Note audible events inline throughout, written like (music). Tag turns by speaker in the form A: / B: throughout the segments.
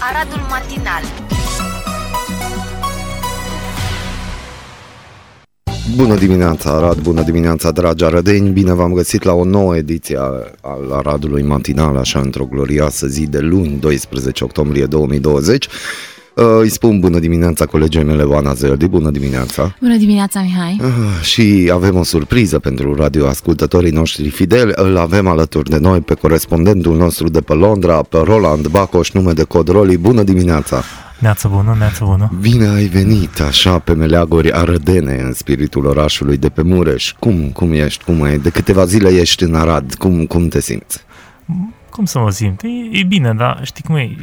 A: Aradul matinal
B: Bună dimineața, Arad! Bună dimineața, dragi arădeni! Bine v-am găsit la o nouă ediție a- al Aradului Matinal, așa, într-o glorioasă zi de luni, 12 octombrie 2020. Uh, Îi spun bună dimineața colegii mele, Oana Zerdi, bună dimineața!
C: Bună dimineața, Mihai!
B: Ah, Și avem o surpriză pentru radioascultătorii noștri fideli. Îl avem alături de noi pe corespondentul nostru de pe Londra, pe Roland Bacoș, nume de cod Roli. Bună dimineața!
D: Neață bună, neață bună.
B: Bine ai venit, așa, pe meleaguri arădene în spiritul orașului de pe Mureș. Cum, cum ești, cum e? De câteva zile ești în Arad, cum, cum te simți?
D: Cum să mă simt? E, e bine, dar știi cum e?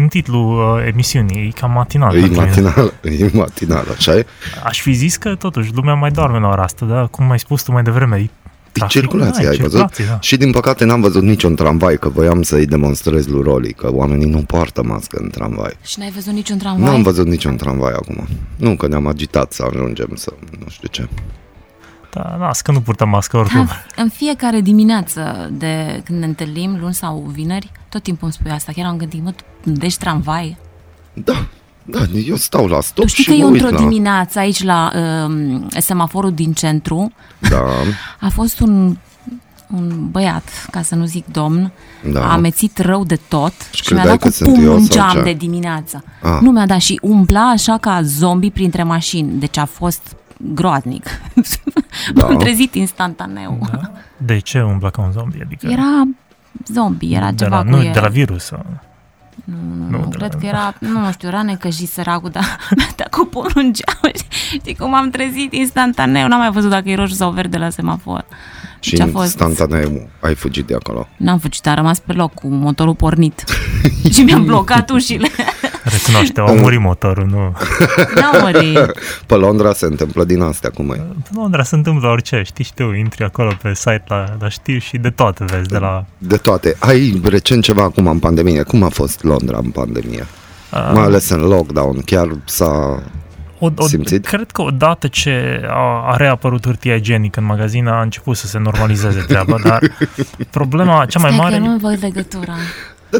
D: În titlul uh, emisiunii, e Da, cam matinal.
B: e
D: pentru mine.
B: matinal, e matinal, așa e?
D: Aș fi zis că totuși lumea mai doarme la ora asta, dar cum ai spus tu mai devreme, e
B: E
D: trafic,
B: circulație,
D: da, e
B: ai văzut?
D: circulație, Da.
B: Și din păcate n-am văzut niciun tramvai, că voiam să-i demonstrez lui Roli, că oamenii nu poartă mască în tramvai.
C: Și n-ai văzut niciun
B: Nu
C: tramvai?
B: am văzut niciun tramvai acum. Nu că ne-am agitat să ajungem să nu știu ce.
D: Da, las că nu purtăm mască oricum.
C: Da, în fiecare dimineață de când ne întâlnim, luni sau vineri, tot timpul îmi spui asta. Chiar am gândit, mă, tu gândești tramvai?
B: Da, da, eu stau la stop
C: tu știi
B: și
C: că
B: mă
C: eu
B: uit
C: într-o
B: la...
C: dimineață aici la um, semaforul din centru
B: Da,
C: a fost un, un băiat, ca să nu zic domn,
B: Da.
C: a amețit rău de tot și, mi-a
B: credeai
C: dat
B: că
C: cu
B: sunt eu
C: pumnul în
B: sau
C: geam
B: ce?
C: de dimineață.
B: Ah.
C: Nu mi-a dat și umbla așa ca zombie printre mașini. Deci a fost
B: (laughs)
C: groaznic.
B: Da.
C: M-am trezit instantaneu. Da.
D: Da. De ce umblă ca un zombie? Adică
C: Era zombie, era
D: de
C: ceva
D: la,
C: cu
D: nu,
C: el.
D: de la virus. sau-
C: nu,
D: nu,
C: nu,
D: de
C: cred
D: la-
C: că era, nu mă știu, era necăjit săracul, dar (laughs) mi-a dat cu pumnul în geam. (laughs) Știi cum am trezit instantaneu, n-am mai văzut dacă e roșu sau verde la semafor.
B: și
C: Ce a fost?
B: instantaneu ai fugit de acolo.
C: N-am fugit, am rămas pe loc cu motorul pornit (laughs) și mi-am
B: (laughs)
C: blocat ușile.
D: Recunoaște, a murit motorul, nu.
C: N-am murit.
B: Pe Londra se întâmplă din astea cum e.
D: În Londra se întâmplă orice, știi și tu, intri acolo pe site la, la știri și de toate vezi, de la
B: De toate. Ai recent ceva acum în pandemie. Cum a fost Londra în pandemie?
D: Ah.
B: Mai ales în lockdown. Chiar s-a...
D: O, o,
B: Simțit?
D: Cred că odată ce a, a reapărut hârtia igienică în magazin, a început să se normalizeze treaba, dar problema cea mai
C: Stai că
D: mare...
C: eu nu văd legătura.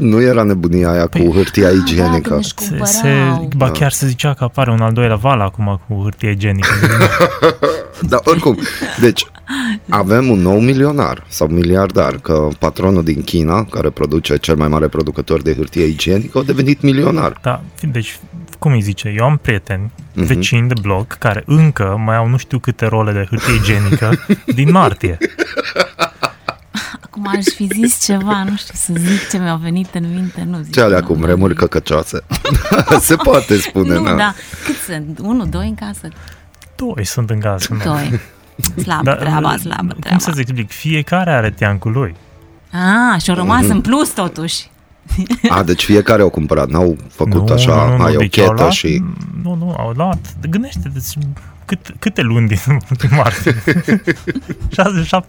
B: Nu era nebunia aia cu hârtia
C: Da,
B: igienică.
C: când își
D: Se, se,
C: cumpărau.
D: ba chiar se zicea că apare un al doilea val acum cu hârtie igienică.
B: Dar oricum, deci avem un nou milionar sau miliardar, că patronul din China, care produce cel mai mare producător de hârtie igienică, a devenit milionar.
D: da, fi- deci, cum îi zice, eu am prieteni, vecini de bloc, care încă mai au nu știu câte role de hârtie igienică din martie.
C: Acum aș fi zis ceva, nu știu să zic ce mi-a venit în minte, nu zic.
B: Ce alea
C: nu, nu,
B: cum remuri
C: nu.
B: căcăcioase? (laughs) Se poate spune,
C: Nu,
B: na.
C: da. Cât sunt? Unu, doi în casă?
D: Doi sunt în cazul meu.
C: Doi. Slab
D: Dar,
C: treaba, slab
D: Da, Cum
C: treaba.
D: să-ți explic? Fiecare are teancul lui.
C: Ah, și-au rămas
B: Mhm.
C: în plus totuși.
B: (laughs) A, deci fiecare au cumpărat, n-au făcut așa, ai o
D: deci au
B: chetă
D: luat-
B: și...
D: Nu, nu, au luat, gândește-te, deci, cât, câte luni din, (laughs) din
B: (laughs)
D: martie? 6-7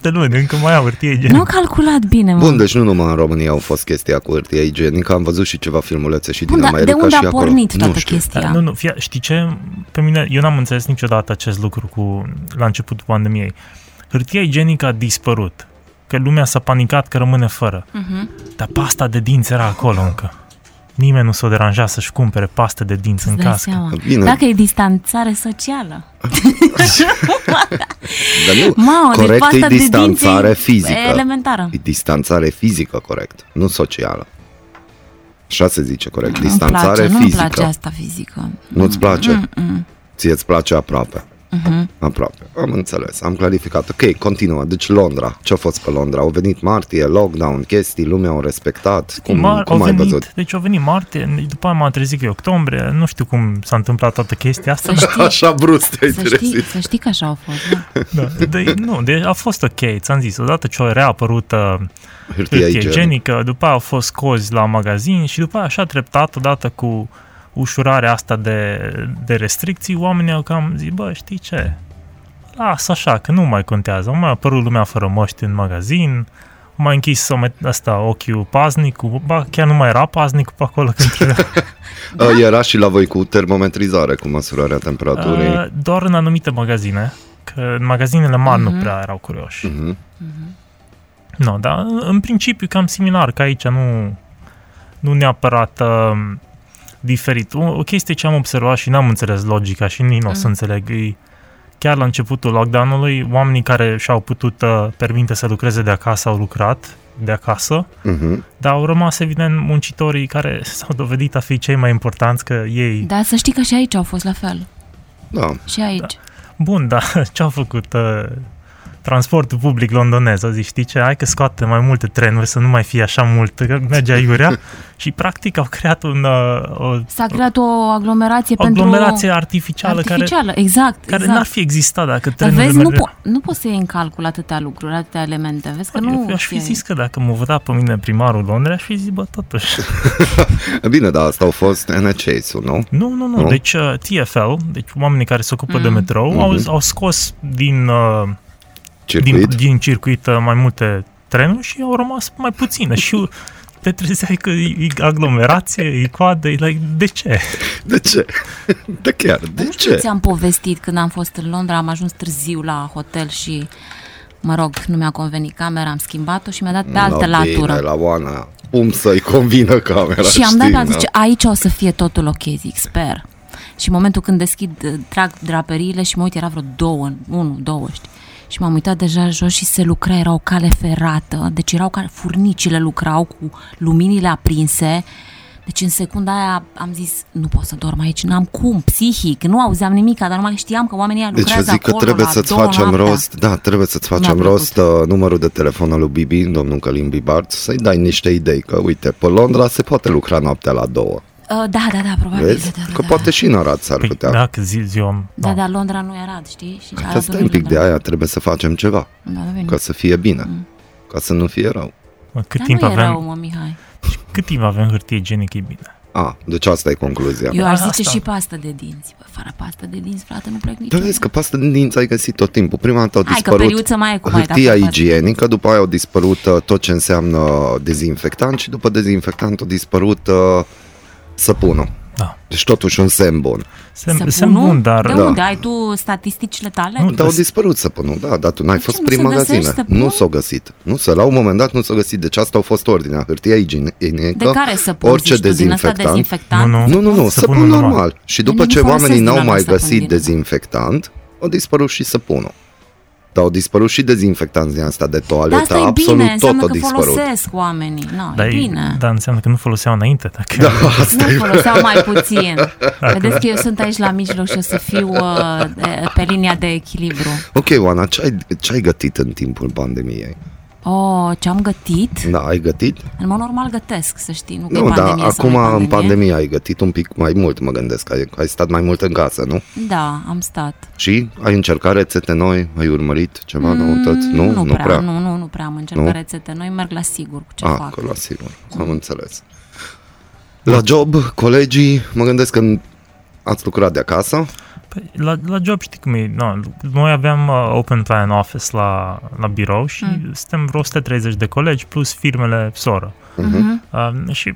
D: luni, încă mai au hârtie
C: Nu au
D: igienică.
C: calculat bine, mă.
B: Bun, deci nu numai în România au fost chestia cu hârtia igienică, am văzut și ceva filmulețe și
C: Bun,
B: din
C: dar de
B: America
C: unde
B: și
C: a
B: acolo.
C: pornit
B: nu
C: toată
B: știu.
C: chestia?
D: Nu, nu, fia, știi ce? Pe mine, eu n-am înțeles niciodată acest lucru cu, la începutul pandemiei. Hârtia igienică a dispărut, că lumea s-a panicat că rămâne fără.
C: Mhm.
D: Dar pasta de dinți era acolo încă. Nimeni nu s-o deranja să-și cumpere pastă de dinți în
C: Îți dai
D: cască.
C: seama.
B: Bine.
C: Dacă e distanțare socială.
B: Dar nu,
C: Mamă, deci
B: corect
C: pasta
B: e
C: de dinți
B: distanțare
C: e
B: fizică.
C: elementară.
B: E distanțare fizică, corect, nu socială. Așa se zice, corect, distanțare
C: nu
B: fizică.
C: Nu-mi place asta fizică.
B: Nu-ți
C: mm,
B: place? Ție îți place aproape.
C: Mm-hmm.
B: Aproape. Am înțeles, am clarificat. Ok, continuă. Deci Londra. Ce-a fost pe Londra? Au venit martie, lockdown, chestii, lumea au respectat. Cum,
D: Mar-
B: cum
D: au
B: ai
D: venit,
B: văzut?
D: Deci au venit martie, după aia m-am trezit că e octombrie, nu știu cum s-a întâmplat toată chestia asta,
C: Să
B: (laughs)
C: știi,
B: Așa brusc te-ai
C: să știi,
B: trezit.
C: să știi că așa au fost. Da.
D: Da, de, nu, de, a fost ok, ți-am zis, odată ce a reapărut uh,
B: Hârtia
D: hârtie
B: igienică.
D: igienică, după aia au fost scozi la magazin și după aia așa treptat, odată cu ușurarea asta de, de restricții, oamenii au cam zis, bă, știi ce, las așa, că nu mai contează, mai a apărut lumea fără măști în magazin, am mai închis să met, asta, ochiul paznicul, ba, chiar nu mai era paznicul pe acolo (laughs) când trebuia.
B: Da? Era și la voi cu termometrizare, cu măsurarea temperaturii.
D: Uh, doar în anumite magazine, că în magazinele mari nu prea erau curioși.
B: Mhm.
D: No, dar în- în principiu cam similar, că aici nu, nu neapărat uh, diferit. O, o chestie ce am observat și n-am înțeles logica și nici nu o să
C: Mm.
D: înțeleg, e chiar la începutul lockdown-ului, oamenii care și-au putut uh, permite să lucreze de acasă au lucrat de acasă,
B: Mhm.
D: dar au rămas evident muncitorii care s-au dovedit a fi cei mai importanți că ei...
C: Dar să știi că și aici au fost la fel.
B: Da,
C: Și aici.
D: Bun, dar (laughs) ce-au făcut uh, transportul public londonez? A zis, știi ce, hai că scoate mai multe trenuri să nu mai fie așa mult, că (laughs) merge aiurea și practic au creat un, uh, o
C: S-a creat o aglomerație pentru...
D: aglomerație artificială, care,
C: artificială. exact,
D: care
C: exact.
D: n-ar fi existat dacă
C: Dar
D: trenurile
C: vezi, nu,
D: mergeau-
C: po- nu poți să iei în calcul atâtea lucruri, atâtea elemente. Vezi că nu...
D: Eu aș fi
C: știi.
D: zis că dacă mă vota pe mine primarul Londrei, aș fi zis, bă, totuși.
B: bine, dar asta au fost NHS-ul, nu?
D: Nu, nu, nu.
B: Nu?
D: Deci uh, TFL, deci oamenii care se ocupă de
C: Mm.
D: metrou, au,
B: Mhm.
D: au scos din, uh, din,
B: Circuit?
D: din circuit uh, mai multe trenuri și au rămas mai puține. și te trezeai că e e aglomerație, e coadă, e like, de ce?
B: De ce? Da chiar, de
C: Nu știu,
B: ce?
C: ți-am povestit când am fost în Londra, am ajuns târziu la hotel și, mă rog, nu mi-a convenit camera, am schimbat-o și mi-a dat pe altă
B: la
C: latură.
B: Bine, la Oana, cum să-i convină camera,
C: și am dat,
B: știi,
C: am
B: na?
C: zis, aici o să fie totul ok, zic, sper. Și în momentul când deschid, trag draperiile și mă uit, era vreo două, unu, două, știi. Și m-am uitat deja jos și se lucra, era o cale ferată, deci erau care furnicile lucrau cu luminile aprinse. Deci în secunda aia am zis, nu pot să dorm aici, n-am cum, psihic, nu auzeam nimic, dar numai știam că oamenii aia
B: Deci
C: lucrează
B: eu zic că
C: acolo
B: trebuie
C: la
B: să-ți
C: două
B: facem
C: noaptea.
B: rost, da, trebuie să-ți facem
C: Mi-a
B: rost uh, numărul de telefon al lui Bibi, domnul Călim Bibart, să-i dai niște idei, că uite, pe Londra se poate lucra noaptea la două,
C: Uh, Da, da, da, probabil.
B: vezi?
C: Da, da,
B: Că
C: da,
B: poate și în Arad s-ar
D: Păi,
B: putea.
D: dacă zi, zi eu am...
C: Da,
D: no.
C: da, Londra nu era, știi? Și
B: Că stai un pic de aia, trebuie să facem ceva,
C: Da, da, bine.
B: ca să fie bine, ca să nu fie rău.
D: Mă, Cât
C: da. Dar
D: timp
C: nu e rău,
D: avem,
C: mă, Mihai.
D: cât timp avem hârtie igienică, e bine.
B: A, deci asta e concluzia.
C: Eu aș
D: Asta.
C: zice și pastă de dinți. Bă, fără pastă de dinți, frate, nu plec
B: Dar
C: niciodată.
B: Da, vezi că pastă din dinți ai găsit tot timpul. Prima dată au
C: Păi. Hai că
B: dispărut
C: periuță mai e cu mai
B: hârtia igienică, după aia au dispărut uh, tot ce înseamnă dezinfectant și după dezinfectant au dispărut uh, săpunul.
D: Da.
B: Deci totuși un semn bun.
D: Sem, sem bun, dar...
C: De
B: Da.
C: unde ai tu statisticile tale?
D: Nu,
B: Dar au dispărut săpunul, da, dar tu n-ai
C: Păi De ce
B: fost
C: nu
B: prin
C: se găsește
B: magazine.
C: săpun?
B: Nu s-au găsit. Nu s-a, la un moment dat nu s-au găsit. Deci asta au fost ordinea. Hârtia
C: de
B: igienică.
C: care să pun,
B: da, orice
C: zici tu, din ăsta
B: dezinfectant.
C: dezinfectant?
D: Nu, nu.
B: Nu, nu, nu,
D: Săpunul
B: săpunul normal.
D: normal.
B: normal. Și după
C: Nimeni
B: ce
C: nu folosesc
B: oamenii
C: din
B: n-au
C: ăla
B: mai
C: săpun din
B: găsit
C: ăla.
B: dezinfectant, au dispărut și săpunul. Dar au dispărut și dezinfectanți din asta de
C: Dar
B: toaletă,
C: asta e
B: absolut
C: bine,
B: tot
C: înseamnă
B: au
C: că
B: dispărut.
C: folosesc oamenii. Nu,
B: Da.
D: Dar,
C: e
D: e-
C: bine.
D: Păi, dar înseamnă că nu foloseau înainte. Dacă da.
C: Nu foloseau mai
B: (laughs)
C: puțin. Vedeți că eu sunt aici la mijloc și o să fiu uh, de- pe linia de echilibru.
B: Ok, Oana, ce ai, ce ai gătit în timpul pandemiei?
C: Oh, ce-am gătit?
B: Da, ai gătit?
C: În mod normal gătesc, să știi, nu că e
B: nu, dar
C: pandemie sau
B: acum
C: nu e
B: în pandemie ai gătit un pic mai mult, mă gândesc. Ai, ai stat mai mult în casă, nu?
C: Da, am stat.
B: Și ai încercat rețete noi, ai urmărit ceva noutăți?
C: Mm,
B: Nu,
C: nu, prea, Nu, nu, nu prea am încercat
B: Nu? Ah,
C: rețete. Noi merg la sigur cu ce
B: A,
C: fac.
B: că la sigur, am înțeles. La job, colegii, mă gândesc că ați lucrat de acasă.
D: Păi, la, la job știi cum e. No, noi aveam uh, open plan office la, la birou și mm. suntem vreo 130 de colegi plus firmele soră.
C: Mhm.
D: Uh, și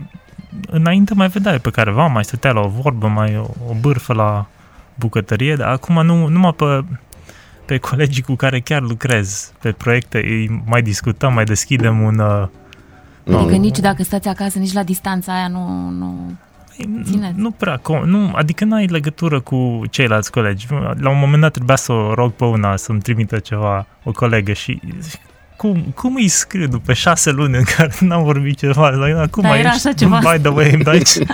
D: înainte mai vedeai pe careva, mai stătea la o vorbă, mai o, o bârfă la bucătărie, dar acum nu, numai pe, pe colegii cu care chiar lucrez pe proiecte, îi mai discutăm, mai deschidem un... Uh,
C: Adică
D: nu-
C: nici dacă stați acasă, nici la distanța aia nu... nu...
D: Ei,
C: Țineți.
D: Păi, Nu prea, com- nu, adică n-ai legătură cu ceilalți colegi. La un moment dat trebuia să o rog pe una să-mi trimită ceva, o colegă și zic, cum, cum îi scriu după șase luni în care n-am vorbit ceva? Like, da, cum
C: Dar
D: mai
C: era
D: ești?
C: așa ceva.
D: By the way, îmi dai
C: (laughs)
D: ce?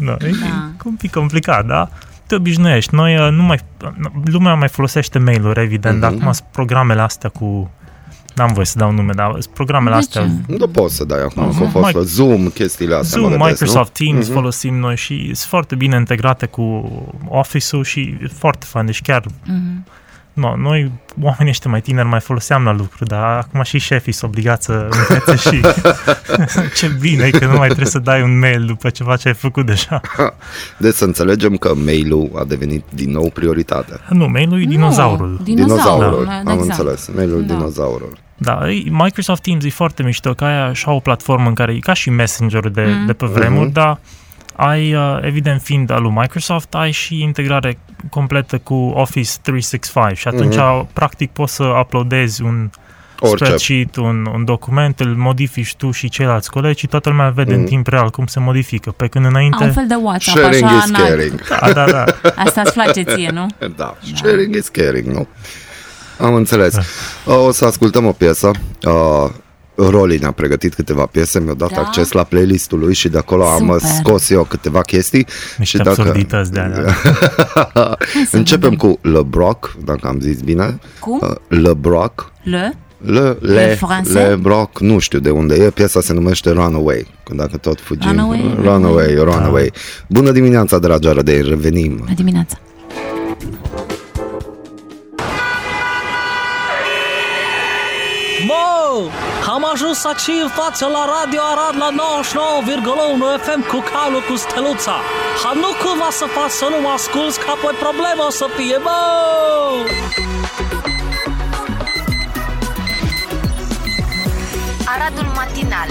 D: da. e
C: Da.
D: un pic complicat, da? Te obișnuiești. Noi uh, nu mai, lumea mai folosește mail-uri, evident,
B: Mhm.
D: dar acum sunt programele astea cu... N-am voie să dau nume, dar sunt programele
C: De
D: astea
C: ce?
B: Nu poți să dai acum, că
D: Mhm.
B: a fost
D: Mic-
B: Zoom, chestiile astea. mă
D: Zoom,
B: gândesc,
D: Microsoft Teams
B: Mhm.
D: folosim noi și sunt foarte bine integrate cu Office-ul și e foarte fain. Deci chiar,
C: Mhm.
D: no, noi oamenii ăștia mai tineri mai foloseam la lucru, dar acum și șefii sunt obligați să învețe
B: (laughs)
D: și (laughs) ce bine că nu mai trebuie să dai un mail după ceva ce ai făcut deja.
B: Nu? Deci să înțelegem că mail-ul a devenit din nou prioritate.
D: Nu, mail-ul e
C: Nu,
D: dinozaurul.
B: Dinozaurul,
C: da,
B: am
C: exact.
B: înțeles. Mail-ul
C: Da.
B: dinozaurul.
D: Da, e- Microsoft Teams e foarte mișto, că aia și au o platformă în care e ca și messenger de,
C: Mm.
D: mm. de pe vremuri,
B: Mhm.
D: mm-hmm. dar ai, uh, evident, fiind al lui Microsoft, ai și integrare
B: Mhm.
D: uh, completă cu Office 365 și atunci, mm-hmm. practic, poți să uploadezi un
B: Orice.
D: spreadsheet, un, un document, îl modifici tu și ceilalți colegi și toată lumea vede
B: Mhm.
D: mm. în timp real cum se modifică. Pe când
C: Am un
D: înainte...
C: fel de WhatsApp,
B: Sharing
C: așa,
B: is
C: na-
B: caring.
D: Da, da,
B: (laughs)
D: da.
C: Asta îți place ție, nu?
B: Da, sharing is caring, nu? Am înțeles. Uh, O să ascultăm o piesă. Uh, Rolin a pregătit câteva piese, mi-a dat
C: Da?
B: acces la playlistul lui și de acolo am
C: Super.
B: scos eu câteva chestii.
D: Niște
B: și dacă...
D: absurdități da. de alea.
C: Hai să
B: Începem
C: vedem.
B: cu Le Broc, dacă am zis bine.
C: Cum?
B: Uh, Le Broc.
C: Le?
B: Le,
C: Le
B: le,
C: Français?
B: le Broc, nu știu de unde e, piesa se numește Runaway, când dacă tot fugim.
C: Runaway?
B: Runaway, Runaway. Bună dimineața, dragi arădei, revenim.
C: Bună dimineața!
A: Mă, am ajuns aici în față la Radio Arad la 99,1 FM cu calul cu steluța. Ha, nu cumva să fac să nu mă asculți, că apoi problema o să fie, mă!
E: Aradul matinal.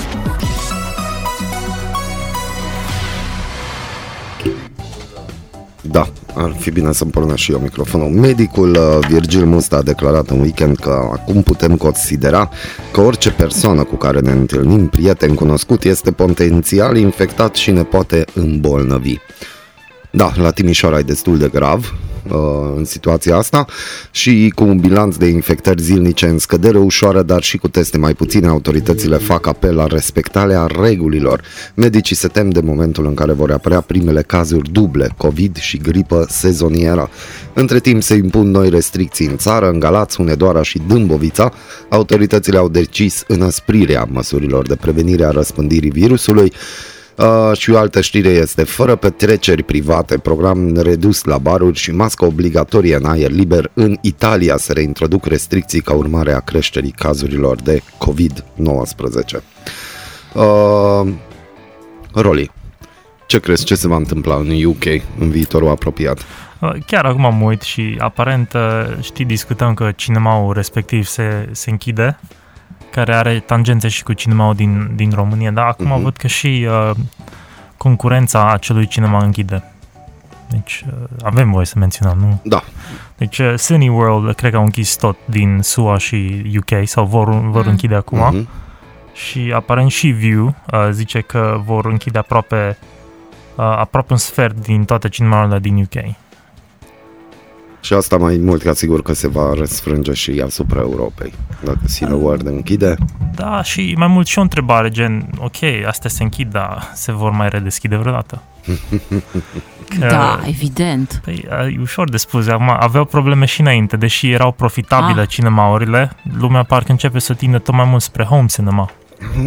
B: Da, ar fi bine să-mi pornesc și eu microfonul. Medicul uh, Virgil Musta a declarat în weekend că acum putem considera că orice persoană cu care ne întâlnim, prieten cunoscut, este potențial infectat și ne poate îmbolnăvi. Da, la Timișoara e destul de grav uh, în situația asta și cu un bilanț de infectări zilnice în scădere ușoară, dar și cu teste mai puține, autoritățile fac apel la respectarea regulilor. Medicii se tem de momentul în care vor apărea primele cazuri duble, COVID și gripă sezonieră. Între timp se impun noi restricții în țară, în Galați, Hunedoara și Dâmbovița. Autoritățile au decis înăsprirea măsurilor de prevenire a răspândirii virusului. Uh, și o altă știre este fără petreceri private, program redus la baruri și mască obligatorie în aer liber. În Italia se reintroduc restricții ca urmare a creșterii cazurilor de COVID-19. Uh, Roli, ce crezi ce se va întâmpla în UK în viitorul apropiat?
D: Uh, Chiar acum mă uit și aparent, uh, știi, discutăm că cinemaul respectiv se, se închide, care are tangențe și cu cinemaul din, din România, dar acum
B: Mhm.
D: văd că și uh, concurența acelui cinema închide. Deci uh, avem voie să menționăm, nu?
B: Da.
D: Deci uh, Cineworld cred că au închis tot din SUA și UK sau vor, vor
C: Mm.
D: închide acum.
B: Mhm.
D: Și aparent și View uh, zice că vor închide aproape, uh, aproape un sfert din toate cinemaurile din UK.
B: Și asta mai mult ca sigur că se va răsfrânge și asupra Europei. Dacă Cineworld închide,
D: Da, și mai mult și o întrebare, gen, ok, astea se închid, dar se vor mai redeschide
C: (laughs)
D: vreodată? Că-
C: Da, evident.
D: Păi, a, e ușor de spus, acum aveau probleme și înainte, deși erau profitabile
C: Ah.
D: ah. cinemaurile, lumea parcă începe să tindă tot mai mult spre home cinema.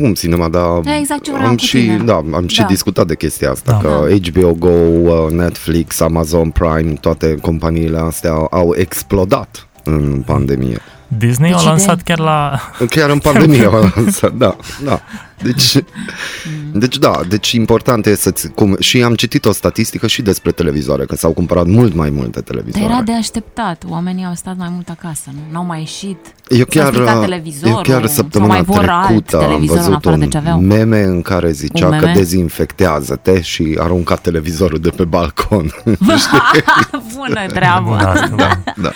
B: Home Cinema, da.
C: Da, exact ce vreau
B: am
C: cu
B: și,
C: tine.
B: Da, am și
C: Da.
B: discutat de chestia asta,
D: Da.
B: că HBO Go, uh, Netflix, Amazon Prime, toate companiile astea au- au explodat în pandemie.
D: Disney
C: Deci
D: deci a lansat
C: de-
D: chiar la...
B: Chiar în
C: (laughs)
B: pandemie au lansat, da, da. Deci, deci da, deci important e să-ți... Cum, și am citit o statistică și despre televizoare, că s-au cumpărat mult mai multe
C: Dar
B: televizoare.
C: era de așteptat. Oamenii au stat mai mult acasă, nu? N-au mai ieșit.
B: Eu
C: S-a
B: chiar,
C: stricat
B: eu
C: televizorul,
B: chiar
C: sau
B: săptămâna
C: mai vor alt
B: trecută am
C: televizor în
B: văzut
C: afară de
B: un
C: ce aveau.
B: meme în care zicea
C: Un
B: că
C: meme?
B: dezinfectează-te și arunca televizorul de pe balcon. (laughs)
C: (laughs) Bună treabă!
D: (laughs) Da, asta, da.
B: da.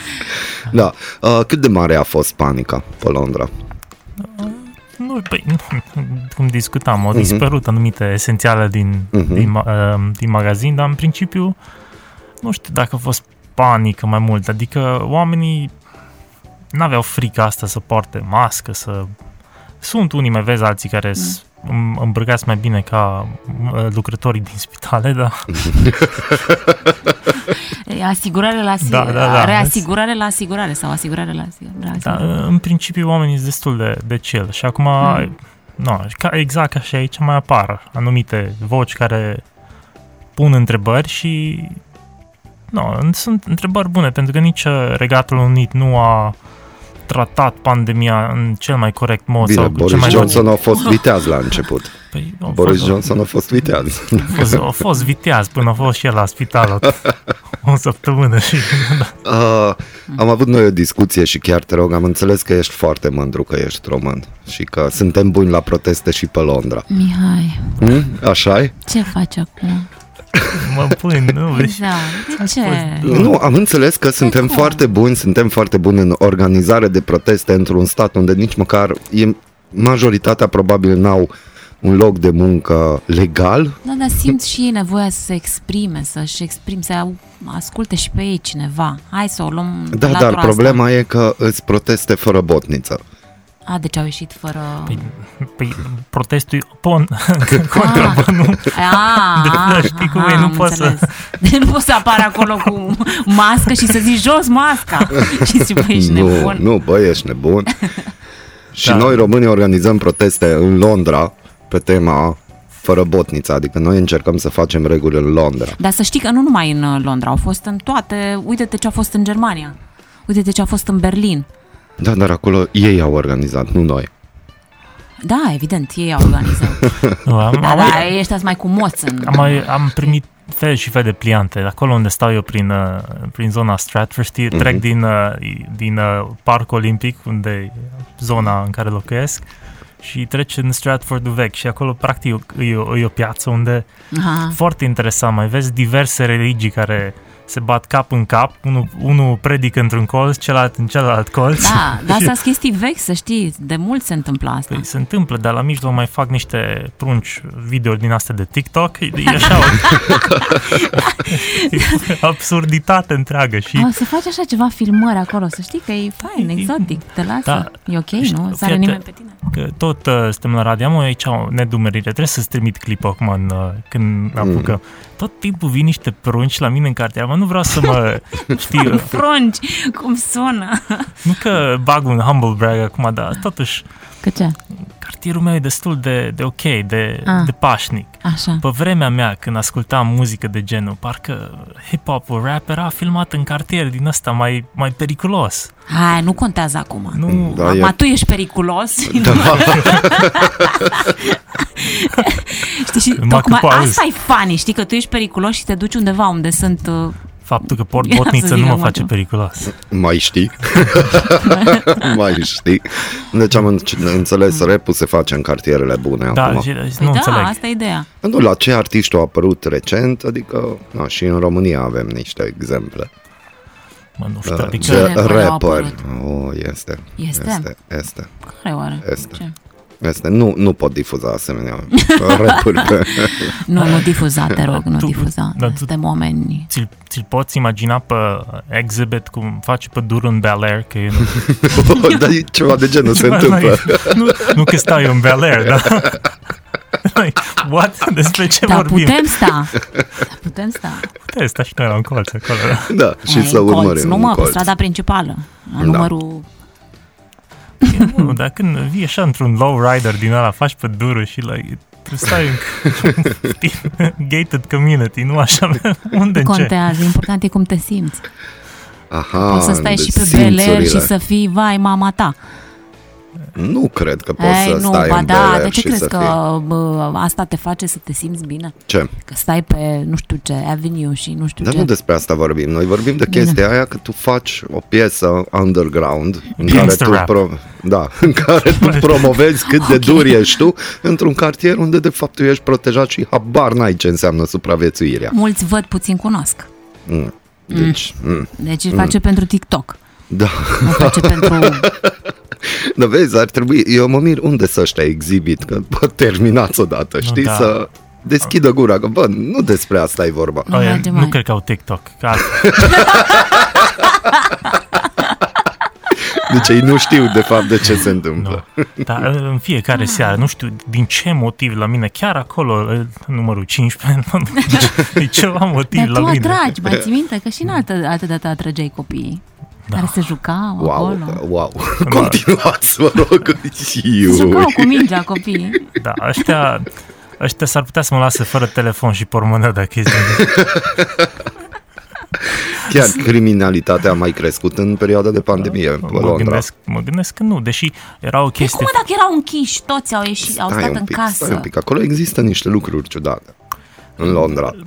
B: da. Uh, cât de mare a fost panica pe Londra?
D: Nu, păi, nu, cum discutam, au dispărut anumite esențiale din, din, ma- uh, din magazin, dar în principiu nu știu dacă a fost panică mai mult, adică oamenii n-aveau frică asta să poarte mască, să... Sunt unii, mai vezi, alții care sunt mm. îmbrăcați mai bine ca uh, lucrătorii din spitale, (laughs) dar
C: E Asigurare la
D: Da,
C: asigurare,
D: da, da.
C: reasigurare la asigurare sau asigurare la asigurare.
D: Da,
C: Da.
D: în principiu oamenii sunt destul de, de chill și acum,
C: Mhm.
D: mm. no, ca, exact ca și aici mai apar anumite voci care pun întrebări și no, sunt întrebări bune pentru că nici uh, Regatul Unit nu a tratat pandemia în cel mai corect mod
B: Bine,
D: sau cu cel
B: Boris
D: mai
B: Johnson a fost viteaz la
D: (laughs)
B: început.
D: Păi, a
B: Boris
D: fost-
B: Johnson a fost viteaz. (laughs)
D: A fost, a fost viteaz până a fost și el la spital o, o săptămână și (laughs) da,
B: Uh, am avut noi o discuție și chiar te rog, am înțeles că ești foarte mândru că ești român și că suntem buni la proteste și pe Londra.
C: Mihai,
B: Hmm? așa e?
C: ce faci acum?
D: mă pun, nu vezi?
C: Da, de ce?
B: Nu, am înțeles că suntem
C: Păi cum?
B: foarte buni, suntem foarte buni în organizare de proteste într-un stat unde nici măcar e, majoritatea probabil n-au un loc de muncă legal.
C: Da, dar simt și ei nevoia să se exprime, să-și exprime, să au- asculte și pe ei cineva. Hai să o luăm
B: Da,
C: latura
B: dar
C: asta.
B: problema e că îți proteste fără botniță.
C: A, deci au ieșit fără... Ah.
D: Păi, păi protestul e (laughs) pon,
C: Contrabandul. Ah,
D: Da, știi cum e, nu poți să-
C: Deci nu poți să apari acolo cu mască și să zici jos
B: (laughs)
C: masca. și zici, băi, ești
B: nu,
C: nebun.
B: nu, băi, ești
C: (laughs)
B: nebun. și
D: Da.
B: noi românii organizăm proteste în Londra pe tema fără botniță, adică noi încercăm să facem reguli în Londra.
C: Dar să știi că nu numai în uh, Londra, au fost în toate... Uite-te ce a fost în Germania. Uite-te ce a fost în Berlin.
B: Da, dar acolo ei au organizat, nu noi.
C: Da, evident, ei au (laughs) organizat.
D: nu, am,
C: da,
D: am,
C: da, ei ăștia sunt mai cu moț în...
D: am, mai- am primit fel și fel de pliante. Acolo unde stau eu prin, uh, prin zona Stratford, știi, mm-hmm. trec din, uh, din uh, Parcul Olimpic, unde e zona în care locuiesc, și treci în Stratfordul vechi și acolo practic e o, e o piață unde
C: Aha.
D: Foarte interesant, mai vezi diverse religii care se bat cap în cap, unul, unul predică într-un colț, celălalt în celălalt colț.
C: Da, dar
D: (laughs) Și-
C: astea sunt chestii vechi, să știi, de mult se întâmplă asta.
D: Păi se întâmplă, dar la mijloc mai fac niște prunci video din astea de TikTok, e e așa o e o absurditate întreagă și
C: O să faci Ah, așa ceva filmări acolo, să știi că e fain, exotic, te lasă.
D: Da.
C: E ok,
D: Și-
C: nu? Sare
D: fiate-
C: nimeni pe tine.
D: că tot uh, suntem la radio, am aici o nedumerire, trebuie să-ți trimit clipul acum în, uh, când apucăm. Tot timpul vin niște prunci la mine în cartier, mă, nu vreau să mă știu,
C: Frunci, cum sună.
D: nu că bag un humble brag acum, dar totuși
C: Că ce?
D: cartierul meu e destul de, de ok, de,
C: Ah.
D: de pașnic.
C: Așa.
D: Pe vremea mea, când ascultam muzică de genul, parcă hip-hop-ul, rap era filmat în cartier din ăsta mai, mai periculos.
C: Hai, nu contează acum. Nu.
D: Nu,
B: Da,
C: Mm. Acum
B: e-
C: tu ești periculos. Da.
B: (laughs)
C: știi, și
D: Mă
C: tocmai
D: cu pauz.
C: asta e funny, știi, că tu ești periculos și te duci undeva unde sunt... uh,
D: faptul că port
C: Ia să
D: botniță
C: zic
D: nu mă
C: acum
D: face
C: tu.
D: periculos.
B: Mai
C: (laughs)
B: știi? Mai știi? Deci am înc- înțeles, repul se face în cartierele bune
D: Da,
B: acum.
D: și, și
C: Păi
D: nu
C: da,
D: înțeleg.
C: asta e ideea.
B: Nu, la ce artiști au apărut recent, adică, na, și în România avem niște exemple.
D: Mă, nu știu, adică
B: Da, Ce
C: care au
B: rapper.
C: apărut?
B: Oh, este.
C: Este?
B: Este, este,
C: Care oare?
B: Este.
C: Ce?
B: este. Nu, nu pot difuza
C: (laughs)
B: asemenea rapuri. Pe...
C: Nu, nu difuza, te rog, nu
D: Tu-
C: difuza.
D: da, tu-
C: Suntem oameni...
D: ți-l, ți-l poți imagina pe exhibit cum face pe Durun Bel Air, că eu nu,
B: Dar e ceva de genul (laughs) se
D: Ceva
B: întâmplă.
D: naiv. (laughs) Nu, nu că stau eu în Bel Air, (laughs) dar... Like, What? Despre ce
C: Dar
D: vorbim?
C: putem sta.
B: (laughs)
C: Dar putem sta.
D: Putem sta și noi la un colț acolo.
B: Da,
C: Ai,
B: și să
C: în colț,
B: urmărim.
C: Nu
B: un
C: mă, pe
B: colț. Da.
C: strada principală. La numărul...
D: Nu, (laughs) dar când vii așa într-un lowrider din ăla, faci pe dură și like, tu stai în în (laughs) gated community, nu așa, (laughs) unde în ce?
C: Contează, important e cum te simți.
B: Aha,
C: Poți să stai
B: de
C: și pe Bel Air și
B: simțurile.
C: să fii, vai, mama ta.
B: Nu cred că poți
C: Ei,
B: să
C: nu,
B: stai
C: ba
B: în Bel
C: da,
B: Air
C: de ce
B: și
C: crezi
B: să
C: că
B: fii...
C: bă, asta te face să te simți bine?
B: Ce?
C: Că stai pe, nu știu ce, Avenue și nu știu
B: Dar
C: ce.
B: nu despre asta vorbim. Noi vorbim de
C: Bine.
B: chestia aia că tu faci o piesă underground în care,
D: Gangster
B: tu
D: rap.
B: pro- da, (laughs) în care tu promovezi cât de dur ești tu într-un cartier unde de fapt tu ești protejat și habar n-ai ce înseamnă supraviețuirea.
C: Mulți văd, puțin cunosc.
B: Mm. Deci, mm.
C: Deci îl face pentru TikTok.
B: da. (laughs)
C: Nu face pentru...
B: Dar vezi, ar trebui, eu mă mir unde să ăștia exhibit, că bă, terminați odată, știi,
D: da.
B: să deschidă gura, că bă, nu despre asta e vorba.
C: Nu
D: Aia,
C: merge
D: nu
C: mai.
D: cred că au TikTok. Ca,
C: (laughs)
B: Deci ei nu știu de fapt de ce se întâmplă.
D: nu. Dar în fiecare
C: Ah.
D: seară, nu știu din ce motiv la mine, chiar acolo, eh, numărul 15,
C: (laughs)
D: nu- (laughs) e ceva motiv
C: Dar
D: la
C: tu
D: mine.
C: atragi, mai ții minte că și
B: Mm.
C: în altă, altă dată atrageai copiii. Da. Care se jucau
B: Wow,
C: acolo.
B: wow. Continuați, vă rog. Iui.
C: Se jucau cu mingea
B: (laughs)
C: copiii.
D: Da, ăștia, ăștia s-ar putea să mă lase fără telefon și pormână dacă e zi.
B: Chiar criminalitatea a mai crescut în perioada de pandemie în
D: Da. mă
B: Londra.
D: gândesc, mă gândesc că nu, deși era o
C: Păi cum
D: chestie
C: mă, dacă erau închiși, toți au ieșit, au stat
B: un
C: în
B: pic, stai un
C: casă.
B: pic. Acolo există niște lucruri ciudate. În Londra.
C: Da.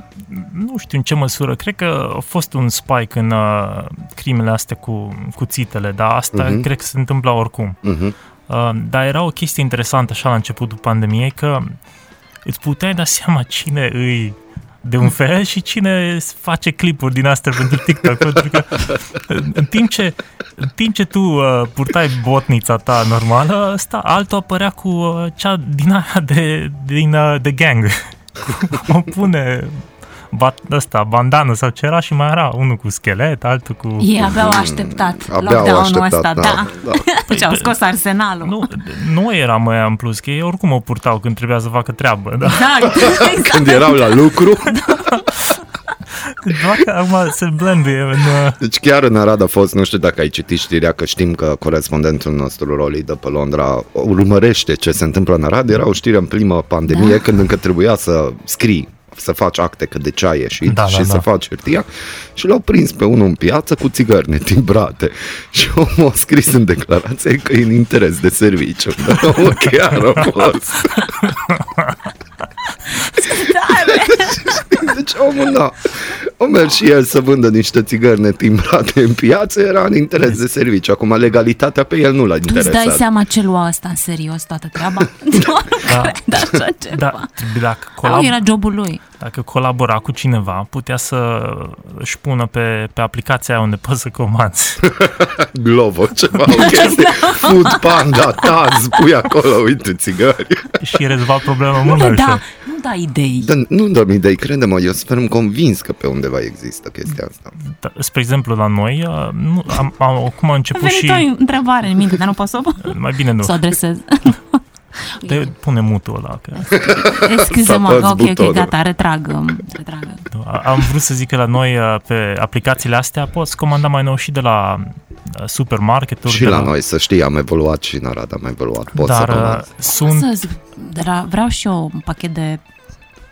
D: nu știu în ce măsură, cred că a fost un spike în uh, crimele astea cu cuțitele, dar asta uh-huh. cred că se întâmpla oricum.
B: Mhm.
D: Uh, dar era o chestie interesantă așa la începutul pandemiei că îți puteai da seama cine îi de un fel și cine face clipuri din astea pentru TikTok. (laughs) pentru că în timp ce, în timp ce tu uh, purtai botnița ta normală, ăsta, altul apărea cu uh, cea din aia de, din, uh, de gang. (laughs) Cu- o pune bat, ăsta, bandană sau ce era și mai era unul cu schelet, altul cu...
C: Ei abia au așteptat
B: Abia au
C: lockdown-ul
B: Mm. așteptat,
C: ăsta,
B: da, da.
C: da. (laughs) Deci au
D: (laughs)
C: scos arsenalul.
D: Nu, nu era mai în plus, că ei oricum o purtau când trebuia să facă treabă, da?
C: Exact, exact.
B: Când erau la lucru,
C: (laughs)
D: Doar că acum se blenduie în... uh,
B: deci chiar în Arad a fost, nu știu dacă ai citit știrea, că știm că corespondentul nostru, Roli, de pe Londra, urmărește ce se întâmplă în Arad. Era o știre în primă pandemie, da. când încă trebuia să scrii să faci acte că de ce ai ieșit
D: Da, da,
B: și
D: da.
B: să faci hârtia și l-au prins pe unul în piață cu țigări netimbrate (laughs) și omul a scris în declarație că e în interes de serviciu. (laughs) Dar chiar a fost. Deci omul, da, o mers și el să vândă niște țigări netimbrate în piață, era în interes de serviciu. Acum legalitatea pe el nu l-a
C: Tu îți dai
B: interesat.
C: seama ce lua asta în serios toată treaba?
D: (laughs)
C: (laughs) nu
D: Da.
C: cred așa ceva.
D: Da, dacă,
C: Colab...
D: colab-
C: Era jobul lui.
D: dacă colabora cu cineva, putea să își pună pe, pe aplicația aia unde poți să (laughs) comanzi.
B: Glovo, ceva, o
C: (laughs)
B: chestie.
C: Da.
B: Food Panda, Taz, pui acolo, uite, țigări.
D: și rezolva problema
C: Nu
D: mult mai
C: le da,
D: ușor.
C: nu da idei.
B: Dar nu-mi dăm idei, crede-mă, eu sperăm convins că pe undeva există chestia asta.
D: Da, Spre exemplu, la noi, uh, nu, am, am, acum a
C: A
D: început
C: venit
D: și...
C: o întrebare în minte, dar nu pot să o,
D: Mai bine nu.
C: să o
D: (laughs)
C: adresez.
D: Te pune mutul ăla. Că,
C: Excuse-mă,
B: Să
C: ok,
B: apăs
C: ok,
B: butonul.
C: gata, retrag. um, retrag.
D: nu. A- am vrut să zic că la noi, uh, pe aplicațiile astea, poți comanda mai nou și de la uh, supermarketuri.
B: Și
D: de
B: la noi, să știi, am evoluat și în Arad, am evoluat, poți să
D: Dar uh,
B: comanzi.
D: sunt...
C: Să zic, dar vreau și eu un pachet de,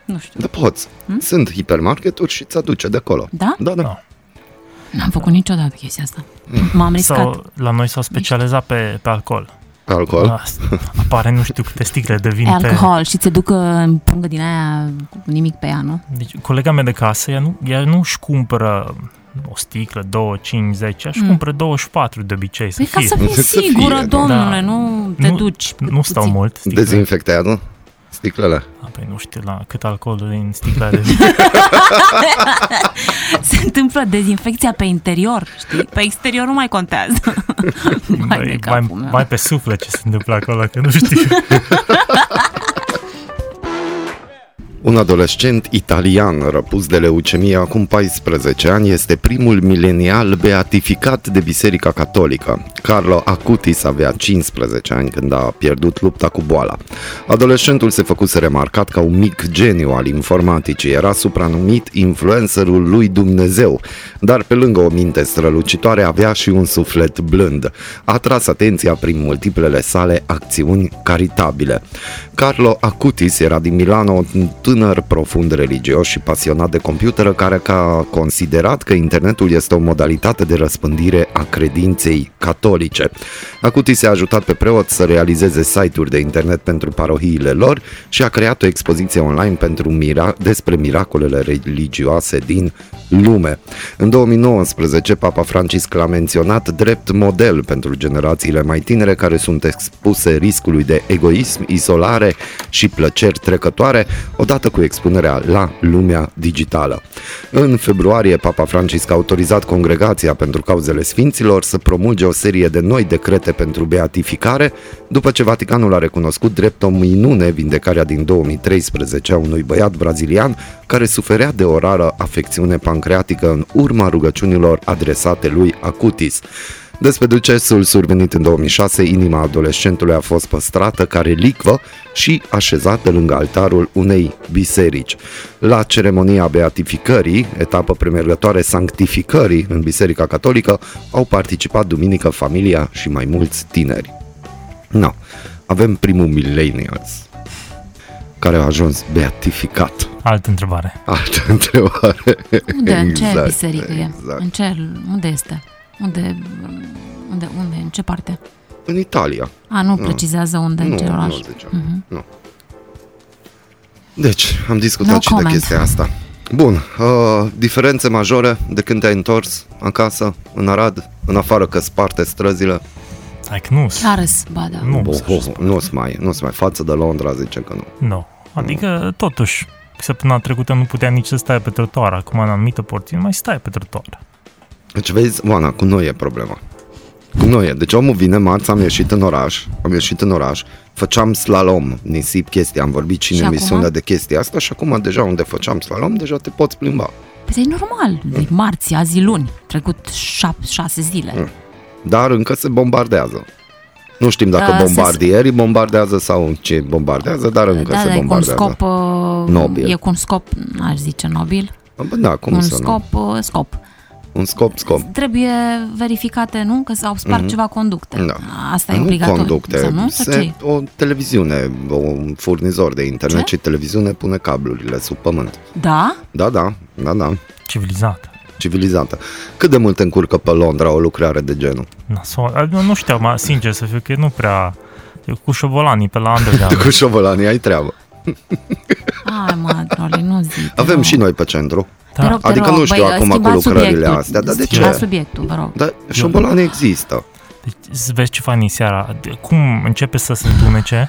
C: nu știu,
B: Da, poți. Sunt hipermarketuri și ți aduce de acolo.
C: Hmm? da?
B: Da, da.
C: N-am făcut niciodată chestia asta. M-am riscat.
D: Sau, la noi s-au specializat pe, pe alcool.
B: Pe Alcool.
D: Da, s- apare nu știu câte sticle de vin
C: E
D: pe...
C: alcohol și ți duc în pungă din aia cu nimic pe ea, nu?
D: Deci, colega mea de casă, ea nu, ea nu își cumpără o sticlă, două, cinci, zece, ea își
C: Mm.
D: cumpără 24 de obicei să
C: Păi ca
D: fie.
C: să fii
B: Să fie,
C: sigură,
B: da.
C: domnule,
D: Da.
C: nu te
D: Nu-
C: duci pe
D: Nu stau
C: puțin.
D: mult sticle.
B: Dezinfectează sticlele.
D: Ah, Păi nu știu la cât alcool e în sticla
C: (laughs)
D: de vin.
C: Se întâmplă dezinfecția pe interior, știi? Pe exterior nu mai
D: (laughs)
C: contează. Mai de
D: mai,
C: capul
D: mai,
C: meu.
D: mai pe suflet ce se întâmplă acolo, că nu
C: (laughs)
D: știu.
B: Un adolescent italian răpus de leucemie acum 14 ani este primul milenial beatificat de Biserica Catolică. Carlo Acutis avea 15 ani când a pierdut lupta cu boala. Adolescentul se făcuse remarcat ca un mic geniu al informaticii, era supranumit influencerul lui Dumnezeu, dar pe lângă o minte strălucitoare avea și un suflet blând. A tras atenția prin multiplele sale acțiuni caritabile. Carlo Acutis era din Milano, un tânăr profund religios și pasionat de computeră care că a considerat că internetul este o modalitate de răspândire a credinței catolice. Acutis a ajutat pe preot să realizeze site-uri de internet pentru parohiile lor și a creat o expoziție online pentru mira- despre miracolele religioase din lume. În 2019, Papa Francisc l-a menționat drept model pentru generațiile mai tinere care sunt expuse riscului de egoism, izolare și plăceri trecătoare, odată cu expunerea la lumea digitală. În februarie, Papa Francisc a autorizat Congregația pentru Cauzele Sfinților să promulge o serie de noi decrete pentru beatificare, după ce Vaticanul a recunoscut drept o minune vindecarea din 2013 a unui băiat brazilian care suferea de o rară afecțiune pancreatică în urma rugăciunilor adresate lui Acutis. Despre decesul survenit în 2006, inima adolescentului a fost păstrată ca relicvă și așezată lângă altarul unei biserici. La ceremonia beatificării, etapă premergătoare sanctificării în Biserica Catolică, au participat duminică familia și mai mulți tineri. No, avem primul millennials care a ajuns beatificat.
D: Altă întrebare.
B: Altă (laughs) întrebare.
C: Unde? În ce
B: Exact,
C: biserică e?
B: exact.
C: În ce? Unde este? Unde? Unde? Unde? În ce parte?
B: În Italia.
C: A, nu precizează unde, Da, în
B: nu,
C: ce oraș. Mhm.
B: Nu, ziceam. nu. Deci, am discutat
C: No
B: și
C: comment.
B: de chestia asta. Bun, uh, diferențe majore de când te-ai întors acasă, în Arad, în afară că sparte străzile.
D: Hai că nu.
C: Clarăs, ba da.
D: Nu,
B: Bo-
D: să-
B: nu-s mai, nu-s mai față de Londra, zice că nu.
D: nu. Adică, totuși, săptămâna trecută nu putea nici să stai pe trotuar, acum în anumite porțiuni mai stai pe trotuar.
B: Deci vezi, Oana, cu noi e problema. Cu noi e. Deci omul vine marți, am ieșit în oraș, am ieșit în oraș, făceam slalom, nisip, chestia, am vorbit și în
C: Și acum?
B: emisiunea de chestia asta și acum deja unde făceam slalom, deja te poți plimba.
C: Păi e normal, e marți, azi e luni, trecut șap, șase zile. Păi
B: Dar încă se bombardează. Nu știm dacă
C: Da, se-
B: bombardierii bombardează sau ce bombardează, dar încă
C: da,
B: se
C: dar e cu un
B: bombardează.
C: scop, uh,
B: Nobil.
C: e cu un scop, aș zice nobil,
B: Bă, da, cum
C: un
B: să nu?
C: scop, uh, scop.
B: Un scop, scop.
C: Trebuie verificate, nu? Că s-au spart ceva conducte.
B: Da.
C: Asta e
B: nu
C: obligatoriu.
B: conducte,
C: Sau nu? Sau
B: se,
C: ce?
B: o televiziune, un furnizor de internet
C: Ce?
B: și televiziune pune cablurile sub pământ.
C: Da?
B: Da, da, da, da,
D: Civilizat.
B: civilizată. Cât de mult încurcă pe Londra o lucrare de genul? (laughs)
D: Nasol. Adică Nu știu, mă, sincer să fiu, că nu prea... Eu cu șobolanii pe la
B: (laughs)
D: underground.
B: Cu șovolanii ai treabă.
C: Ai mă, Droli, nu zic.
B: Avem și noi pe centru.
D: Da.
C: Te rog, te
B: Adică
C: rog,
B: nu știu
C: băi,
B: acum cu
C: schimbați
B: lucrările
C: subiectul.
B: astea, dar de
C: Schimbați
B: ce? Da.
C: subiectul, vă rog.
B: Dar șobolanii există.
D: Deci, să vezi ce fain e seara. De- Cum începe să se întunece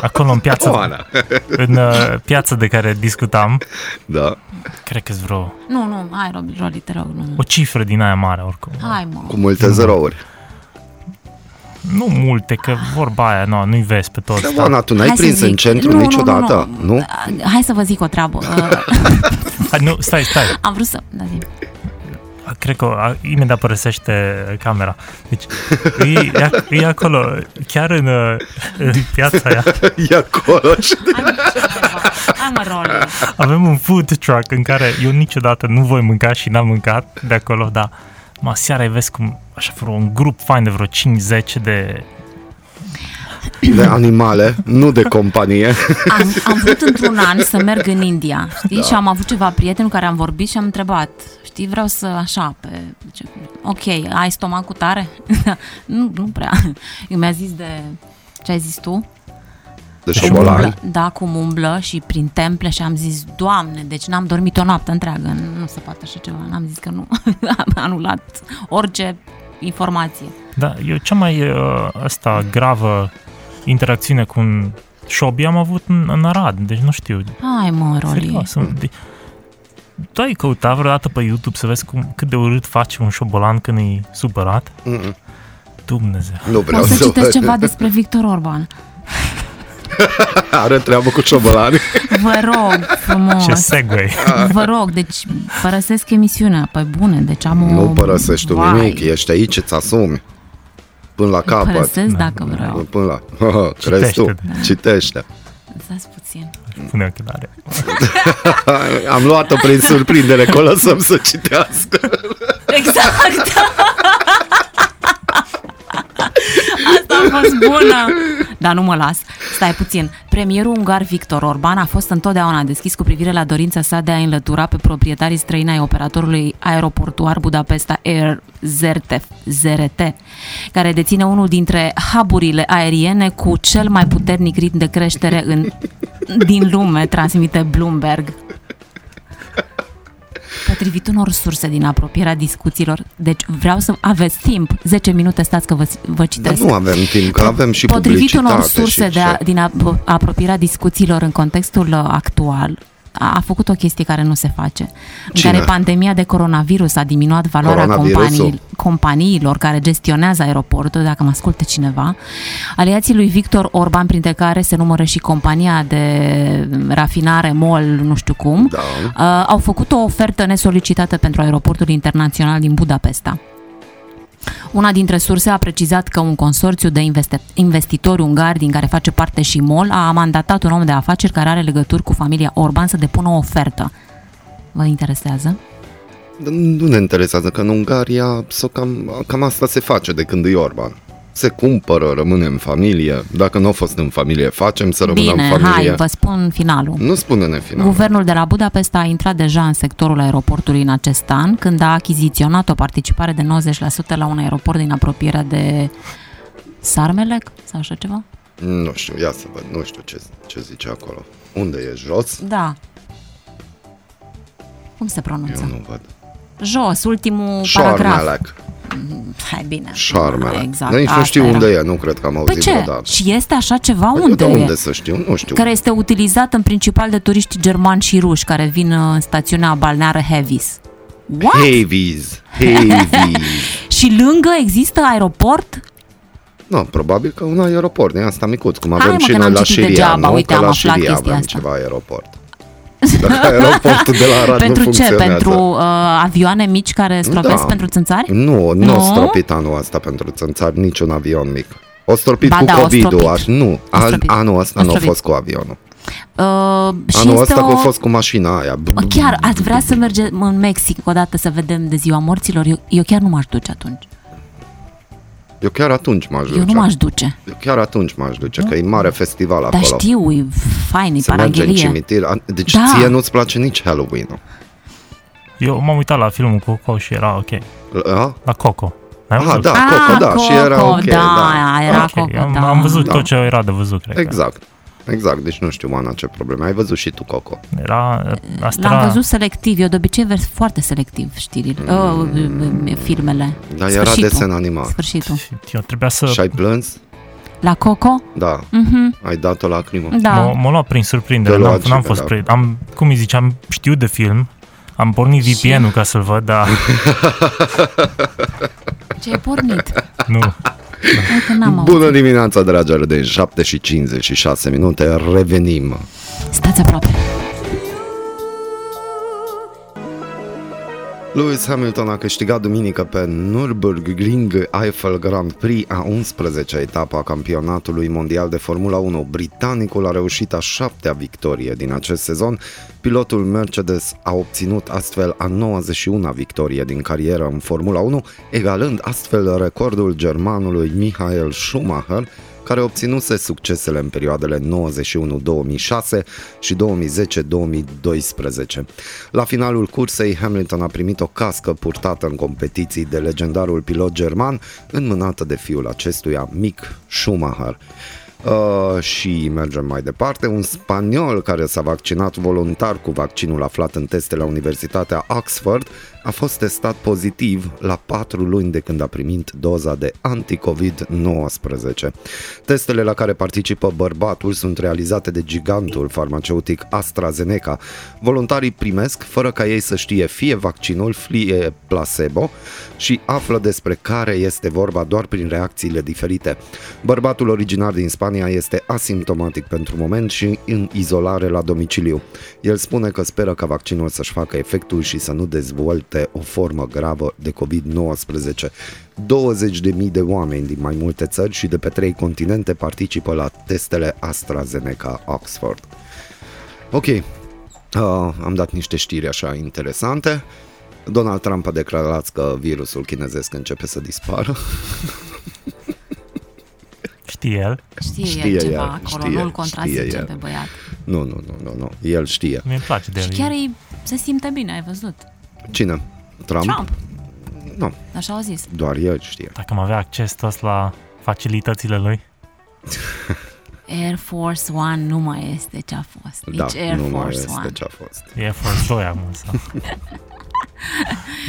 D: acolo în piața,
B: Oana.
D: în uh, piața de care discutam,
B: (laughs) Da.
D: cred că vreo
C: Nu, nu, hai, Robi, Roli, te rog, nu.
D: o cifră din aia mare oricum.
C: Hai, mă.
B: Cu multe zerouri.
C: Da.
D: Nu multe, că vorba aia, no, nu-i vezi pe toți.
B: Dar,
D: dar-
B: Oana, tu n-ai
C: Hai să
B: prins în
C: zic.
B: centru
C: Nu, nu,
B: niciodată,
C: nu,
B: nu?
C: Hai să vă zic o
B: (laughs)
C: treabă. Uh,
D: Hai, nu, stai, stai.
C: Am vrut să... Da, zi.
D: Cred că a, imediat părăsește camera. Deci, e, e, ac- e acolo, chiar în, uh, în piața aia,
C: (laughs)
B: E acolo și
C: Hai, mă, ce treabă. Hai, mă, Roli.
D: avem un food truck în care eu niciodată nu voi mânca și n-am mâncat de acolo, dar mă, seara îi vezi cum așa vreo un grup fain de vreo 5-10 de...
B: de animale, nu de
C: (laughs)
B: companie.
C: Am, am vrut într-un an să merg în India, știi? Da. Și am avut ceva prieteni cu care am vorbit și am întrebat, știi, vreau să așa, pe... zice, ok, ai stomacul tare? (laughs) nu, nu prea. (laughs) Eu mi-a zis de... Ce ai zis tu?
B: De
C: Cum
B: șobolani.
C: umblă- Da, cum umblă și prin temple și am zis, Doamne, deci n-am dormit o noapte întreagă, nu se poate așa ceva, n-am zis că nu, (laughs) am anulat orice informație.
D: Da, eu cea mai uh, asta gravă interacțiune cu un șobi am avut în, în Arad, deci nu știu,
C: Hai mă, Roli,
D: Serios, mm. de... Tu ai căutat vreodată pe YouTube să vezi cum, cât de urât face un șobolan când e supărat?
B: Mm-mm.
D: Dumnezeu.
B: Nu vreau
C: poți să
B: să
C: citesc
B: văd.
C: ceva despre Victor Orban.
B: Are treabă cu
C: (laughs)
B: șobolani.
C: Vă rog
D: Ce
C: frumos,
D: segue. (laughs)
C: (laughs) vă rog, deci părăsesc emisiunea, pe bune, deci am o...
B: Nu pălăsești tu
C: Vai,
B: nimic, ești aici, îți asumi. Până la capăt.
C: Părăsesc dacă vreau,
B: Până la... (laughs) Crezi tu?
D: Citește-te.
B: Citește.
C: stați
B: (laughs)
C: puțin.
D: Pune ochelare.
B: Am luat-o prin surprindere, că o lăsăm să citească.
C: Exact! Asta a fost bună! Dar nu mă las. Stai puțin. Premierul ungar Victor Orban a fost întotdeauna deschis cu privire la dorința sa de a înlătura pe proprietarii străini ai operatorului aeroportuar Budapesta Air ZRT, ZRT care deține unul dintre haburile aeriene cu cel mai puternic ritm de creștere în, din lume, transmite Bloomberg. Potrivit unor surse din apropierea discuțiilor, deci vreau să aveți timp, 10 minute, stați că vă, vă
B: Dar
C: citesc.
B: nu avem timp, că avem și
C: Potrivit
B: publicitate.
C: unor surse
B: și
C: de a, din ap- apropierea discuțiilor în contextul uh, actual, a, a făcut o chestie care nu se face,
B: Cine?
C: în care pandemia de coronavirus a diminuat valoarea
B: Coronavirusul?
C: companii, companiilor care gestionează aeroportul, dacă mă ascultă cineva. Aliații lui Victor Orban, printre care se numără și compania de rafinare MOL, nu știu cum,
B: Da.
C: uh, au făcut o ofertă nesolicitată pentru aeroportul internațional din Budapesta. Una dintre surse a precizat că un consorțiu de investe- investitori ungari, din care face parte și MOL, a mandatat un om de afaceri care are legături cu familia Orban să depună o ofertă. Vă interesează?
B: Nu ne interesează, că în Ungaria s-o cam, cam asta se face de când e Orban. Se cumpără, rămâne în familie. Dacă nu a fost în familie, facem să rămână
C: Bine,
B: în familie.
C: hai, vă spun finalul.
B: Nu spune-ne final.
C: Guvernul de la Budapesta a intrat deja în sectorul aeroportului în acest an, când a achiziționat o participare de 90% la un aeroport din apropierea de Sarmelec sau așa ceva?
B: Nu știu, ia să văd, nu știu ce, ce zice acolo. Unde e jos?
C: Da. Cum se
B: Eu
C: pronunță?
B: nu văd.
C: Jos, ultimul paragraf.
B: Șormelec.
C: Hai bine.
B: Șarmele.
C: Exact.
B: Dar nici nu
C: asta
B: știu
C: era.
B: unde e, nu cred că am
C: Păi
B: auzit
C: ce?
B: vreodată.
C: Și este așa ceva?
B: Păi
C: unde,
B: de
C: e?
B: unde să știu? Nu știu.
C: Care este utilizat în principal de turiști germani și ruși care vin uh, în stațiunea balneară Heavis. What?
B: Heavies.
C: (laughs)
B: Heavies.
C: Și lângă există aeroport?
B: No, probabil că un aeroport, e asta micuț, cum
C: Hai,
B: avem
C: mă,
B: și
C: că
B: noi
C: n-am
B: la
C: citit
B: Siria,
C: degeaba,
B: nu?
C: uite,
B: că
C: am
B: la
C: aflat
B: Siria
C: chestia
B: avem
C: asta.
B: ceva aeroport.
C: (laughs)
B: Dacă aeroportul de la Arad
C: pentru
B: nu
C: ce?
B: funcționează.
C: Pentru uh, avioane mici care stropesc
B: Da.
C: pentru țânțari?
B: Nu, nu,
C: Nu?
B: nu? stropit anul ăsta pentru țânțari niciun avion mic. O stropit
C: Ba
B: cu
C: da, o
B: COVID-ul.
C: stropit.
B: aș- Nu,
C: O
B: an-
C: stropit.
B: anul ăsta
C: O
B: nu a
C: stropit.
B: fost cu avionul.
C: Uh, și
B: Anul
C: este
B: ăsta
C: o...
B: a fost cu mașina aia. B- b-
C: Chiar ați vrea să mergem în Mexic odată să vedem de ziua morților? Eu, eu chiar nu m-aș duce atunci.
B: Eu chiar atunci m-aș duce.
C: Eu nu m-aș duce.
B: Eu chiar atunci m-aș duce, că e mare festival
C: Dar
B: acolo.
C: știu, e fain, e
B: Se merge în
C: paranghelie.
B: cimitir. A, Deci
C: Da.
B: ție nu-ți place nici Halloween-ul.
D: Eu m-am uitat la filmul Coco și era ok.
B: Da?
D: La Coco. Ai
B: Ah,
D: văzut?
B: da, Coco, da, și era ok.
C: da, era
D: Ok,
C: Coco,
D: am,
C: da.
D: am văzut
B: Da.
D: tot ce era de văzut, cred exact.
B: Exact. Exact, deci nu știu, Ana, ce probleme. Ai văzut și tu, Coco.
D: că. Era, asta
C: L-am
D: era,
C: văzut selectiv, eu de obicei vers foarte selectiv știrile, mm. uh, filmele.
B: Dar Da, era
C: Sfârșitul.
B: desen animat.
C: Sfârșitul.
D: și eu trebuia
B: Și
D: să...
B: ai plâns?
C: La Coco?
B: Da.
C: Mhm,
B: Ai dat o lacrimă?
C: da.
D: M-a, m-a luat prin surprindere,
B: Te
D: n-am,
B: luați,
D: n-am fost
B: da.
D: prin, am, cum îi ziceam, știu de film, am pornit VPN-ul ca să-l văd,
B: (laughs)
D: dar
C: Ce ai pornit?
D: nu.
C: Hai că n-am auzit.
B: Bună dimineața, dragi ardeni, 7 și 56 minute, revenim.
C: Stați aproape.
B: Lewis Hamilton a câștigat duminică pe Nürburgring Eiffel Grand Prix a 11-a etapă a campionatului mondial de Formula 1. Britanicul a reușit a șaptea victorie din acest sezon. Pilotul Mercedes a obținut astfel a 91-a victorie din carieră în Formula 1, egalând astfel recordul germanului Michael Schumacher, care obținuse succesele în perioadele 91-2006 și 2010-2012. La finalul cursei, Hamilton a primit o cască purtată în competiții de legendarul pilot german, înmânată de fiul acestuia, Mick Schumacher. Uh, și mergem mai departe. Un spaniol care s-a vaccinat voluntar cu vaccinul aflat în teste la Universitatea Oxford a fost testat pozitiv la 4 luni de când a primit doza de anticovid-19. Testele la care participă bărbatul sunt realizate de gigantul farmaceutic AstraZeneca. Voluntarii primesc fără ca ei să știe fie vaccinul, fie placebo și află despre care este vorba doar prin reacțiile diferite. Bărbatul originar din Spania este asimptomatic pentru moment și în izolare la domiciliu. El spune că speră ca vaccinul să-și facă efectul și să nu dezvolte o formă gravă de COVID-19. 20.000 de oameni din mai multe țări și de pe trei continente participă la testele AstraZeneca Oxford. Ok, uh, Ah, am dat niște știri așa interesante. Donald Trump a declarat că virusul chinezesc începe să dispară. (laughs)
D: Știe el.
C: Știe,
B: Știe
C: el ceva
B: el,
C: acolo,
B: știe,
C: nu-l
B: știe
C: contrazicem
B: el.
C: pe băiat.
B: Nu, nu, nu, nu, nu. El știe.
D: Mi-e place de
C: Și
D: el.
C: chiar îi, se simte bine, ai văzut.
B: Cine? Trump?
C: Trump,
B: Nu,
C: așa au zis.
B: doar el știe.
D: Dacă am avea acces toți la facilitățile lui.
C: Air Force One nu mai este ce a fost. Nici
B: Da,
C: Air
B: nu mai
C: Force
B: este
C: One.
B: ce a fost.
D: E Force 2 acum
C: (laughs)
D: sau...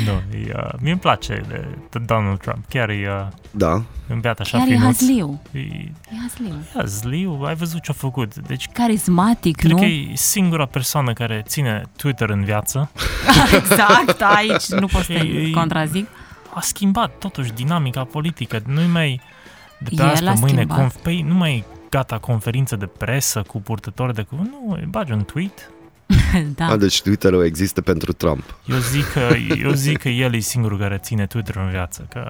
D: nu, e, uh, mie îmi place de, de Donald Trump. Chiar e uh,
B: Da,
D: un beat așa
C: Chiar e
D: finuț.
C: hazliu.
D: E-
C: E hazliu.
D: Ia, zliu, ai văzut ce a făcut. Deci,
C: Carismatic,
D: cred
C: nu?
D: că e singura persoană care ține Twitter în viață.
C: (laughs) Exact, aici nu pot să
D: Și-
C: contrazic. (laughs)
D: A schimbat totuși dinamica politică. Nu-i mai de pe
C: El
D: azi pe
C: a
D: mâine
C: schimbat.
D: conf, păi, nu mai e gata conferință de presă cu purtători de cuvânt. Nu, îi bagi un tweet.
C: Da.
B: a, deci Twitter-ul există pentru Trump.
D: Eu zic, că, eu zic că el e singurul care ține Twitter în viață. Că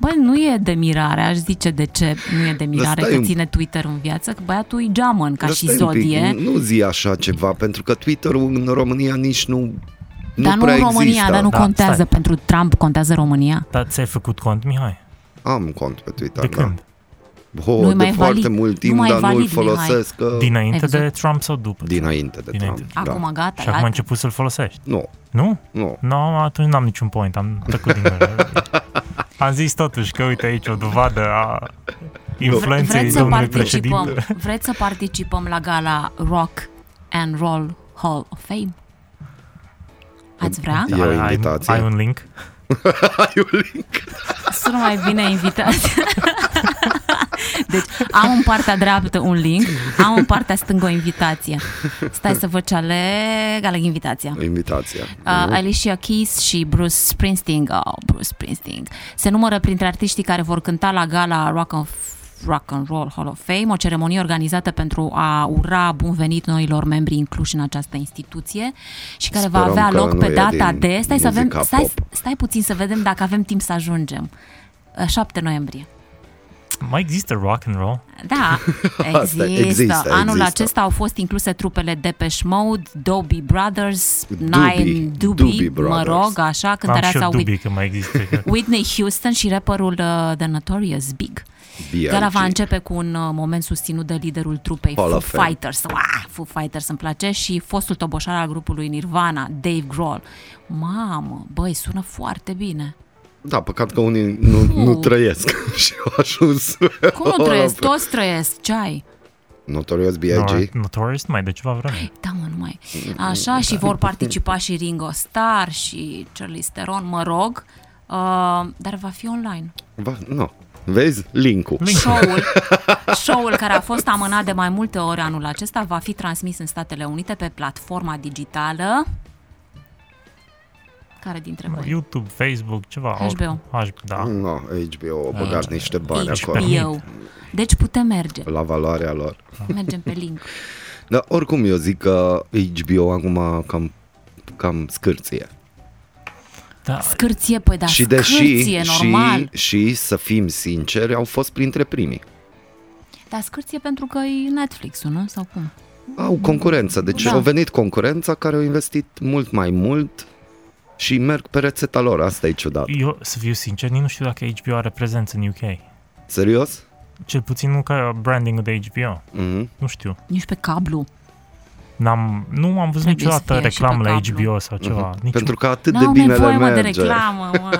C: Băi, nu e de mirare, aș zice de ce nu e de mirare
B: stai
C: că
B: un-
C: ține Twitter în viață, că băiatul e geamăn ca
B: Dar
C: și
B: stai un pic,
C: zodie.
B: Nu zi așa ceva, pentru că Twitter-ul în România nici nu, nu
C: Dar nu
B: prea
C: în România,
B: există.
C: dar nu
D: Da,
C: contează
D: stai.
C: pentru Trump, contează România.
D: Dar ți-ai făcut cont, Mihai?
B: Da. Am cont pe Twitter,
D: De
B: da.
D: când?
B: Oh,
C: Nu-i
B: de
C: mai
B: foarte
C: valid.
B: mult
C: Nu
B: timp,
C: mai e
B: dar nu-l
C: valid,
B: folosesc că...
D: Dinainte
C: Ai
D: de Trump sau după?
B: dinainte de
D: Dinainte.
B: Trump.
C: Acum
B: Da.
C: gata.
D: Și acum
C: a-
D: ai început să-l folosești.
B: Nu,
D: Nu?
B: nu.
D: Nu, no, atunci n-am niciun point, am tăcut din gură. Am zis totuși că uite aici o dovadă a
C: Vre-
D: influenței
C: vreți, să
D: domnului
C: participăm,
D: președinte.
C: vreți să participăm la gala Rock and Roll Hall of Fame? Ați vrea?
B: E o invitație.
D: Ai, ai un link?
B: Ai un link?
C: Sunt mai bine invitați. (laughs) Deci am în partea dreaptă un link, am în partea stângă o invitație. Stai să vă ce aleg, aleg invitația.
B: Invitația.
C: Uh, Alicia Keys și Bruce Springsteen, oh, Bruce Springsteen, se numără printre artiștii care vor cânta la gala Rock and, Rock and Roll Hall of Fame, o ceremonie organizată pentru a ura bun venit noilor membri incluși în această instituție și care va
B: Sperăm
C: avea
B: că
C: loc
B: nu
C: pe
B: e
C: data
B: din
C: de... Stai, să avem,
B: muzica
C: stai,
B: pop.
C: stai puțin să vedem dacă avem timp să ajungem. Uh, 7 noiembrie.
D: Mai există rock and roll?
B: (laughs)
C: Da, există.
B: există,
C: Anul
B: există.
C: acesta au fost incluse trupele Depeche Mode, Dobie Brothers,
B: Doobie,
C: Nine Doobie,
B: Doobie
C: mă
B: Brothers.
C: rog, așa,
D: Am și
C: cântăreața
D: eu
C: Whit-
D: dubii că mai există. că-
C: Whitney Houston și rapperul uh, The Notorious Big.
B: B.I.G..
C: Gara va începe cu un uh, moment susținut de liderul trupei
B: Hall
C: Foo
B: of Fame.
C: Fighters, Uah, Foo Fighters îmi place, și fostul toboșar al grupului Nirvana, Dave Grohl. Mamă, băi, sună foarte bine.
B: Da, păcat că unii nu, nu
C: Fu.
B: trăiesc (laughs) și au ajuns. (laughs)
C: Cum nu trăiesc? Toți trăiesc, ce ai?
B: Notorious B.I.G.
D: Nor- Notorious mai de ceva vreme.
C: Da, mă, nu mai.
B: Mm,
C: Așa,
B: da.
C: și vor participa și Ringo Starr și Charlize Theron, mă rog, uh, dar va fi online.
B: Ba, nu. Vezi? Link-ul.
D: Link.
C: Show-ul,
B: (laughs)
C: show-ul care a fost amânat de mai multe ori anul acesta va fi transmis în Statele Unite pe platforma digitală. Care dintre voi?
D: YouTube, Facebook, ceva.
C: HBO.
D: Or, H- da.
B: Ah. No, HBO au
C: Ah.
B: băgat niște bani
D: Nici
B: acolo.
D: pe-
C: Eu. Deci putem merge.
B: La valoarea lor.
C: Mergem pe link.
B: Dar oricum eu zic că HBO acum cam, cam scârție.
D: da.
C: Scârție, păi da,
B: și
C: scârție,
B: deși,
C: normal.
B: și, și să fim sinceri, au fost printre primii.
C: Dar scârție pentru că e Netflix-ul, nu? Sau cum?
B: Au concurență, deci
C: Da.
B: au venit concurența care au investit mult mai mult și merg pe rețeta lor, asta e ciudat.
D: Eu, să fiu sincer, nici nu știu dacă HBO are prezență în UK.
B: Serios?
D: Cel puțin nu ca branding de HBO.
B: Mhm.
D: Nu știu.
C: Nici pe cablu.
D: N-am, nu am văzut
C: Trebuie să
D: niciodată
C: fie și pe
D: reclamă la
C: cablu.
D: HBO sau ceva. Da, Nici
B: Mhm. Pentru că atât de
C: N-am
B: bine
C: nevoie,
B: le
C: mă, de
B: merge.
C: reclamă, mă.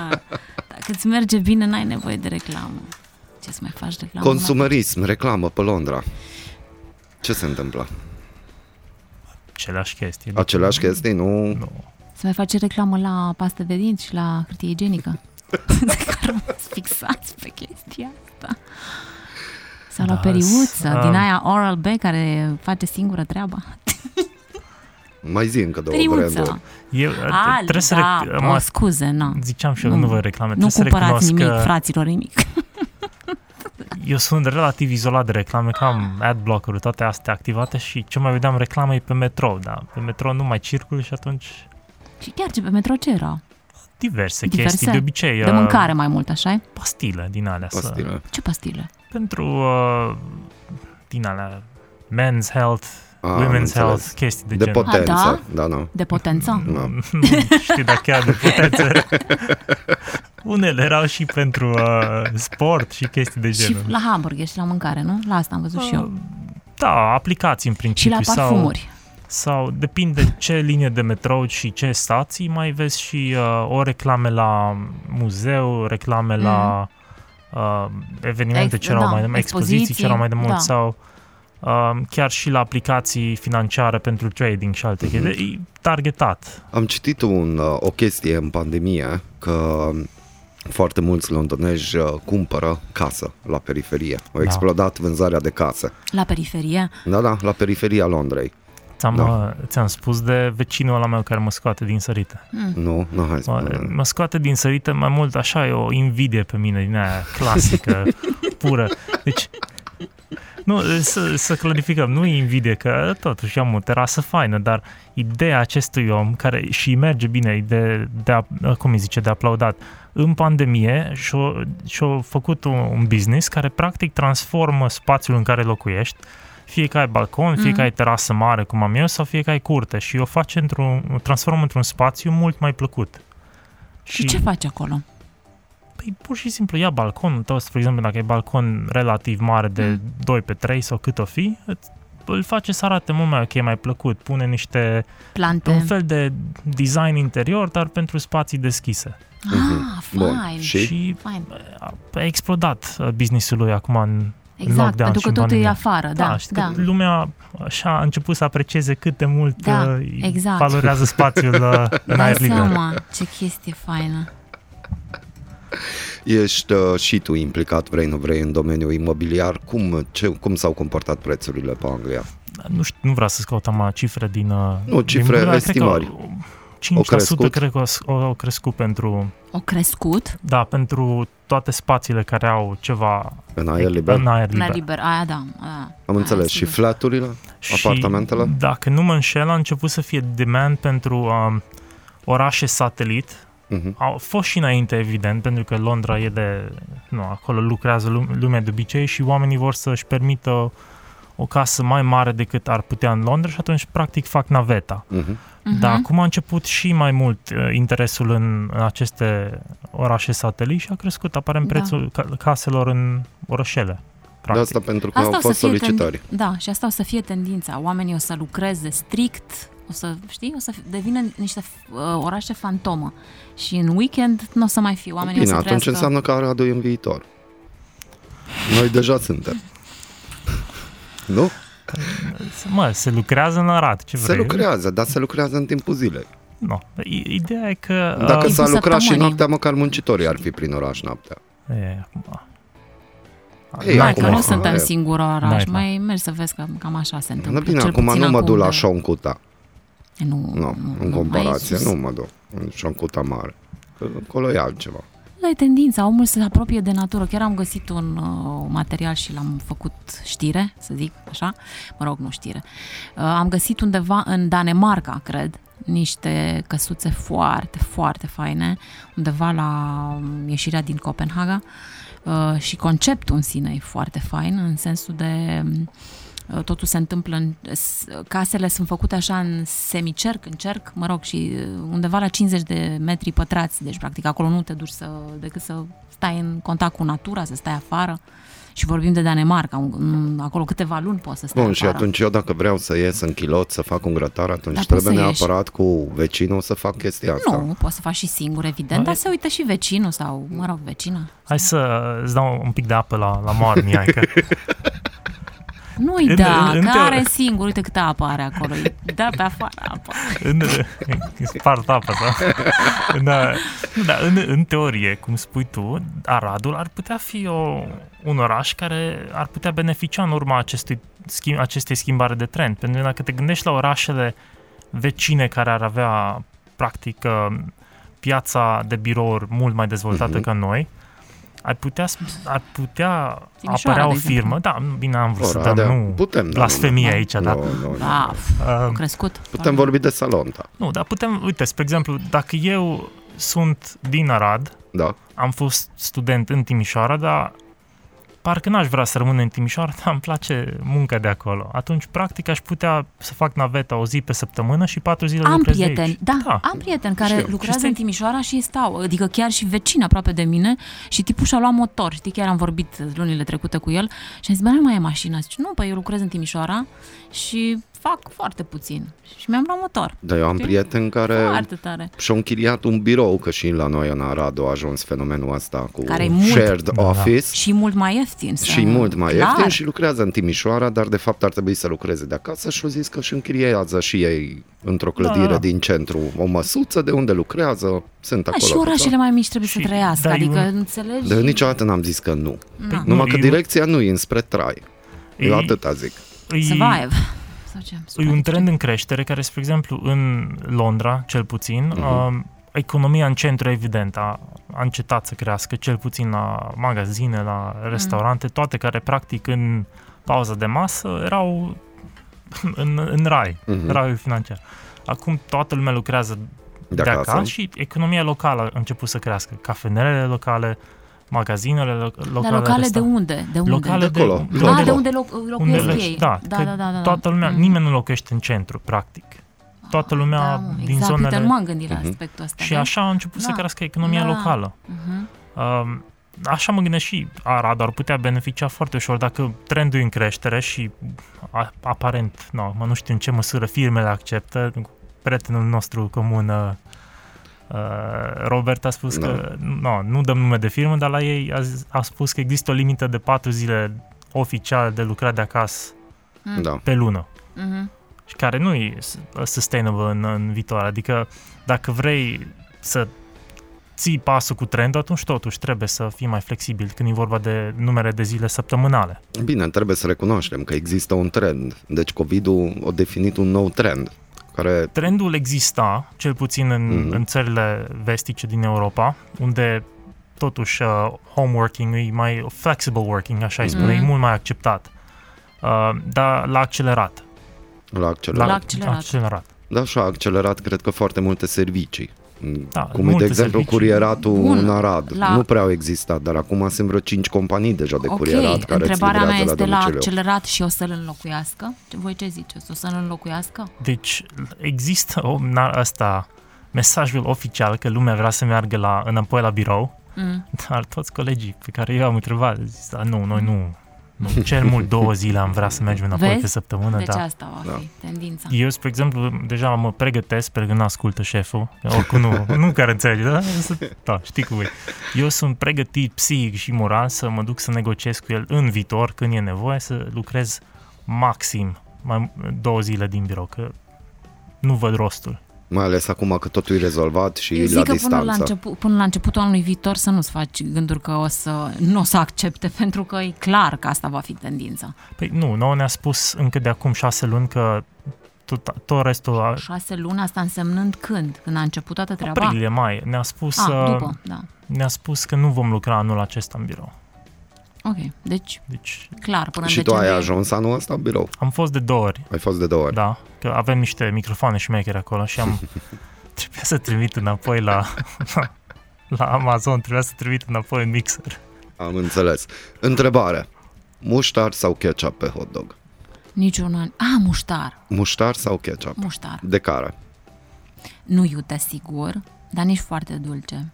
C: Dacă îți merge bine, n-ai nevoie de reclamă. Ce să mai faci reclamă?
B: Consumerism, reclamă pe Londra. Ce se întâmă?
D: aceleași chestii.
B: Aceleași
C: Mm.
B: chestii, nu?
D: Nu.
C: La... Se mai face reclamă la pastă de dinți și la
B: (laughs)
C: hârtie igienică. Că rămas fixați pe chestia asta. Sau la
D: Da,
C: periuță,
D: s-
C: din
D: am-
C: aia Oral-B care face singură treaba.
B: Mai zi încă două
C: Periuță.
B: branduri.
D: Deci, Eu,
C: Al,
D: trebuie să
C: da,
D: rec-
C: mă,
D: mă,
C: scuze, na.
D: ziceam și eu, nu, nu vă reclame.
C: Nu
D: trebuie să
C: cumpărați
D: recunosc
C: nimic,
D: că
C: fraților, nimic.
D: eu sunt relativ izolat de reclame, că am adblocker-ul, toate astea activate și ce mai vedeam reclame e pe metrou, dar pe metrou nu mai circul și atunci
C: și chiar ce pe metro ce era?
D: diverse,
C: Diverse?
D: chestii, de obicei
C: De
D: uh,
C: mâncare mai mult, așa
D: pastile din alea. să-
B: Pastile.
C: Ce pastile?
D: pentru uh, din alea men's health,
B: Ah,
D: ah,
B: am
D: women's
B: înțeles.
D: health, chestii
B: De
D: de, Ah. (laughs) genul.
B: potență,
C: A,
B: da, nu.
C: De potență?
B: Nu.
D: nu știu dacă chiar de puteți. (laughs) Unele erau și pentru uh, sport și chestii de
C: Și
D: genul. Uh,
C: la hamburger și la mâncare, nu? La asta am văzut și eu.
D: Da, aplicații în
C: Și la
D: principiu.
C: parfumuri.
D: Sau, sau depinde ce linie de metrou și ce stații, mai vezi și uh, o reclame la muzeu, reclame la uh, evenimente
C: Mhm. Ex-
D: ce erau
C: da,
D: mai de expoziții ce erau mai de mult
C: da.
D: sau uh, chiar și la aplicații financiare pentru trading și alte chestii. E targetat.
B: Am citit un, uh, o chestie în pandemie că foarte mulți londonezi uh, cumpără casă la periferie. Au
D: Da.
B: explodat vânzarea de case.
C: La periferie.
B: Da, da, la periferia Londrei.
D: Ți-am,
B: Da.
D: uh, ți-am spus de vecinul ăla meu care mă scoate din sărite.
B: Nu, nu, hai
D: Mă, mm.
B: să
D: mă scoate din sărită mai mult, așa e o invidie pe mine din aia
B: (laughs)
D: clasică, pură. Deci, nu, să, să clarificăm, nu e invidie, că totuși am o terasă faină, dar ideea acestui om, care și îi merge bine, e de, de a- cum îi zice, de aplaudat, în pandemie și-a, și-a făcut un, un business care practic transformă spațiul în care locuiești, fie că ai balcon,
B: Mhm.
D: fie că ai terasă mare, cum am eu, sau fie că ai curte și o face într-un, o transformă într-un spațiu mult mai plăcut.
C: Și ce faci acolo?
D: Păi pur și simplu ia balconul tău, spre exemplu, dacă e balcon relativ mare de
C: Hmm.
D: 2 pe 3 sau cât o fi, îți- îl face să arate mult mai ok, mai plăcut, pune niște, un
C: Plante.
D: fel de design interior, dar pentru spații deschise.
C: Ah,
B: Mhm. Bun.
C: fain.
B: Și-
D: Și
C: Fain.
D: a, a explodat uh, businessul lui acum în
C: Exact,
D: lockdown
C: pentru
D: și
C: că
D: în
C: totul e
D: pandemie.
C: afară, da,
D: și
C: da.
D: Că lumea așa a început să aprecieze cât de mult
C: Da,
D: uh, îi
C: exact.
D: valorează spațiul uh, în
C: Dai
D: aer liber.
C: seama ce chestie faină.
B: Ești uh, și tu implicat, vrei, nu vrei, în domeniul imobiliar. Cum, ce, cum s-au comportat prețurile pe Anglia?
D: Nu, știu, nu vreau să caut acum cifre din... uh,
B: Nu,
D: din
B: cifre
D: Google, dar
B: estimări. Au
D: Cred că
B: crescut?
D: 5% cred că o- o- au crescut pentru,
C: O crescut
D: da, pentru toate spațiile care au ceva
B: În aer liber?
D: în aer
C: la
D: liber.
C: liber. Aia da. Aia.
B: Am înțeles. Și
C: sigur.
B: flaturile? Apartamentele?
D: dacă nu mă înșel, a început să fie demand pentru um, orașe satelit.
B: Mhm.
D: Au fost și înainte, evident, pentru că Londra e de... Nu, acolo lucrează lum- lumea de obicei și oamenii vor să-și permită o casă mai mare decât ar putea în Londra și atunci practic fac naveta.
B: Mhm.
C: Mhm.
D: Da, acum a început și mai mult uh, interesul în, în aceste orașe satelit și a crescut aparent
C: Da.
D: prețul ca- caselor în orășele.
B: De
D: Practic.
B: Da, asta pentru că au
C: o să
B: fost
C: fie tendi-
B: solicitări.
C: Da, și asta o să fie tendința. Oamenii o să lucreze strict, o să, știi, o să fi- devină niște uh, orașe fantomă. Și în weekend nu o să mai fie oamenii
B: Bine,
C: o să
B: atunci
C: trăiască...
B: înseamnă că Aradul e în viitor. Noi deja
C: (laughs)
B: suntem. Nu?
D: Mă, se lucrează în Arad, ce
B: Se
D: vrei.
B: lucrează, dar se lucrează în timpul zilei.
D: Nu. I- Ideea e că...
B: Dacă s-a lucrat
C: timpul
B: și
C: săptămânii.
B: noaptea, măcar muncitorii ar fi prin oraș noaptea.
D: uh, e, acum.
B: Ei,
C: Mai
B: acum,
C: că nu
B: aha,
C: suntem
B: e.
C: singur
D: N-ai,
C: oraș,
D: da.
C: mai mergi să vezi că cam așa se
B: Nu
C: întâmplă.
B: bine,
C: Da, Cel
B: acum
C: puțin
B: nu mă duc la
C: unde-
B: Sean Cuta.
C: Nu,
B: Nu, în
C: mai
B: comparație,
C: sus.
B: nu mă duc. În Sean Cuta mare. Acolo e altceva.
C: Da, e tendința, omul se apropie de natură. Chiar am găsit un uh, material și l-am făcut știre, să zic așa, mă rog, nu știre. Uh, am găsit undeva în Danemarca, cred, niște căsuțe foarte, foarte faine, undeva la um, ieșirea din Copenhaga uh, și conceptul în sine e foarte fain, în sensul de um, uh, totul se întâmplă în... s- Casele sunt făcute așa în semicerc, în cerc, mă rog, și uh, undeva la 50 de metri pătrați, deci practic acolo nu te duci să, decât să stai în contact cu natura, să stai afară și vorbim de Danemarca, un- un- acolo câteva luni poți să stai
B: Bun, și
C: afară.
B: atunci eu dacă vreau să ies în chilot, să fac un grătar, atunci
C: Da. Dar
B: trebuie
C: poți să ieși.
B: neapărat cu vecinul să fac chestia asta.
C: Nu, poți să faci și singur, evident,
D: Hai.
C: dar se uită și vecinul sau, mă rog, vecina.
D: Hai să îți dau un pic de apă la, la Morni, hai că
C: Nu-i
D: În-
C: da,
D: în-
C: că
D: în-
C: are singur, uite câtă apă are acolo, îi da pe afară
D: (laughs)
C: apă.
D: în, spart apă, da? în, nu, da, în, în teorie, cum spui tu, Aradul ar putea fi o, un oraș care ar putea beneficia în urma acestui schimb, acestei schimbare de trend. Pentru că dacă te gândești la orașele vecine care ar avea, practic, uh, piața de birouri mult mai dezvoltată
B: Mhm.
D: uh-huh. ca noi, ar putea, sp- ar putea
C: Timișoara,
D: apărea o
C: de exemplu.
D: firmă, da, bine am vrut să
B: Oradea.
D: dăm, nu,
B: Putem, da,
D: blasfemie
C: nu,
D: aici,
B: nu,
D: da.
B: nu, nu, nu.
C: Da, pf,
D: Um,
C: a crescut.
B: Putem vorbi de Salonta,
D: Nu, dar putem, uite, spre exemplu, dacă eu sunt din Arad,
B: da?
D: am fost student în Timișoara, dar parcă n-aș vrea să rămân în Timișoara, (laughs) dar îmi place munca de acolo. Atunci, practic, aș putea să fac naveta o zi pe săptămână și patru zile
C: Am
D: lucrez
C: prieteni,
D: aici.
C: da,
D: da.
C: am prieteni care
B: Știu.
C: lucrează
D: Știi?
C: în Timișoara și stau, adică chiar și vecin aproape de mine și tipul și-a luat motor, știi, chiar am vorbit lunile trecute cu el și am zis, bă, nu mai e mașina, zice, nu, păi eu lucrez în Timișoara și fac foarte puțin și mi-am luat motor.
B: Dar eu am
C: Știi?
B: prieteni care
C: Foarte tare.
B: și-au închiriat un birou, că și la noi în Arad a ajuns fenomenul ăsta cu
C: Care e mult.
B: shared
D: Da.
B: office.
C: Și mult mai ieftin. să-
B: Și mult mai
C: Clar.
B: ieftin și lucrează în Timișoara, dar de fapt ar trebui să lucreze de acasă și au zis că și închiriază și ei într-o clădire
D: Da, da.
B: din centru o măsuță de unde lucrează, sunt
C: Da,
B: acolo.
C: și orașele mai mici trebuie
D: Și-
C: să trăiască,
D: da, e
C: adică
D: un-
C: înțelegi?
B: Dar eu niciodată n-am zis că nu.
C: Da. Mm.
D: Păi,
B: Numai că
D: e-
B: direcția nu e înspre trai. Eu
D: e-
B: atâta zic.
D: e-
C: Survive. Sau ce?
D: E un trend în creștere care, spre exemplu, în Londra, cel puțin,
B: Mhm.
D: uh-huh. economia în centru, evident, a, a încetat să crească, cel puțin la magazine, la
B: Mhm.
D: restaurante, toate care, practic, în pauza de masă erau în, în rai,
B: Mhm.
D: uh-huh. raiul financiar. Acum toată lumea lucrează
B: De
D: de, de acasă.
B: acasă.
D: și economia locală a început să crească. Cafenelele locale, magazinele lo- locale.
C: Dar locale de
D: restaurante.
C: unde? De unde?
D: Locale
B: De acolo,
D: de,
B: de
C: Ah,
B: acolo.
C: de unde loc, locuiesc
D: unde
C: ei.
D: legi, da,
C: da,
D: că
C: da, da, da.
D: toată lumea,
C: Mm.
D: nimeni nu locuiește în centru, practic. Toată lumea
C: da, mă,
D: din
C: exact,
D: zonele...
C: Uite, nu m-am gândit la
B: Mhm.
C: aspectul ăsta.
D: și
C: da?
D: așa a început să
C: Da.
D: crească economia
C: Da.
D: locală.
C: Mhm.
D: Um, așa mă gândesc și Arad ar putea beneficia foarte ușor dacă trendul e în creștere și a, aparent, no, mă nu știu în ce măsură firmele acceptă. Prietenul nostru comun, uh, uh, Robert, a spus
B: Da.
D: că no, nu dăm nume de firmă, dar la ei a, zis- a spus că există o limită de patru zile oficial de lucrat de acasă
B: Da.
D: pe lună
C: Mhm.
D: și care nu uh, e s- sustainable în, în viitor. Adică dacă vrei să ții pasul cu trendul, atunci totuși trebuie să fii mai flexibil când e vorba de numere de zile săptămânale.
B: Bine, trebuie să recunoaștem că există un trend. Deci COVID-ul a definit un nou trend care
D: Trendul exista, cel puțin în,
B: Mhm.
D: mm-hmm. în țările vestice din Europa, unde totuși uh, home working e mai flexible working, așa îi spune,
C: Mhm.
D: e mult mai acceptat. Uh, dar l-a accelerat.
B: l-a accelerat.
C: L-a accelerat.
D: accelerat.
B: Da, și a accelerat, cred că, foarte multe servicii.
D: Da,
B: Cum e, de
D: multe
B: exemplu,
D: servicii.
B: curieratul
C: Bun,
B: în Arad.
C: la-
B: Nu prea au existat, dar acum sunt vreo 5 companii deja de curierat
C: mhm. ok,
B: care îți
C: întrebarea mea
B: livrează
C: este la
B: la domiciliu.
C: accelerat și o să-l înlocuiască? Ce- Voi ce ziceți? O să-l înlocuiască?
D: Deci există o, na, asta, mesajul oficial că lumea vrea să meargă la, înapoi la birou, (laughs)
C: Mm.
D: dar toți colegii pe care eu am întrebat, zis, "Da, nu, noi nu, nu, cel mult două zile am vrea să mergem înapoi
C: Vezi?
D: pe săptămână.
C: Deci
D: da.
C: asta va
B: Da.
C: fi tendința.
D: Eu, spre exemplu, deja mă pregătesc, pentru că nu ascultă șeful, oricum nu, nu care înțelege, da? Însă, da, știi cum e. Eu sunt pregătit psihic și moral să mă duc să negociez cu el în viitor, când e nevoie, să lucrez maxim mai două zile din birou, că nu văd rostul.
B: Mai ales acum că totul e rezolvat și
C: Eu zic
B: la
C: că
B: distanță.
C: până la, început, până la începutul anului viitor să nu-ți faci gânduri că o să, nu o să accepte, (laughs) pentru că e clar că asta va fi tendința.
D: Păi nu, nouă ne-a spus încă de acum șase luni că tot, tot restul, a-
C: Șase luni, asta însemnând când? Când a început toată treaba?
D: aprilie, mai, ne-a spus,
C: A,
D: uh,
C: după, da.
D: ne-a spus că nu vom lucra anul acesta în birou.
C: Ok, deci
D: Deci
C: clar, până
B: Și
C: în
B: tu ai
C: decembrie.
B: ajuns anul ăsta în birou.
D: am fost de două ori
B: Ai fost de două ori.
D: Da, că avem niște microfoane șmechere acolo și am... trebuia să trimit înapoi la... (laughs) la, la Amazon, trebuia să trimit înapoi în mixer.
B: Am înțeles. Întrebare. Muștar sau ketchup pe hot dog?
C: Niciun an. A, muștar,
B: Muștar sau ketchup?
C: muștar.
B: De care?
C: Nu iute, sigur, dar nici foarte dulce.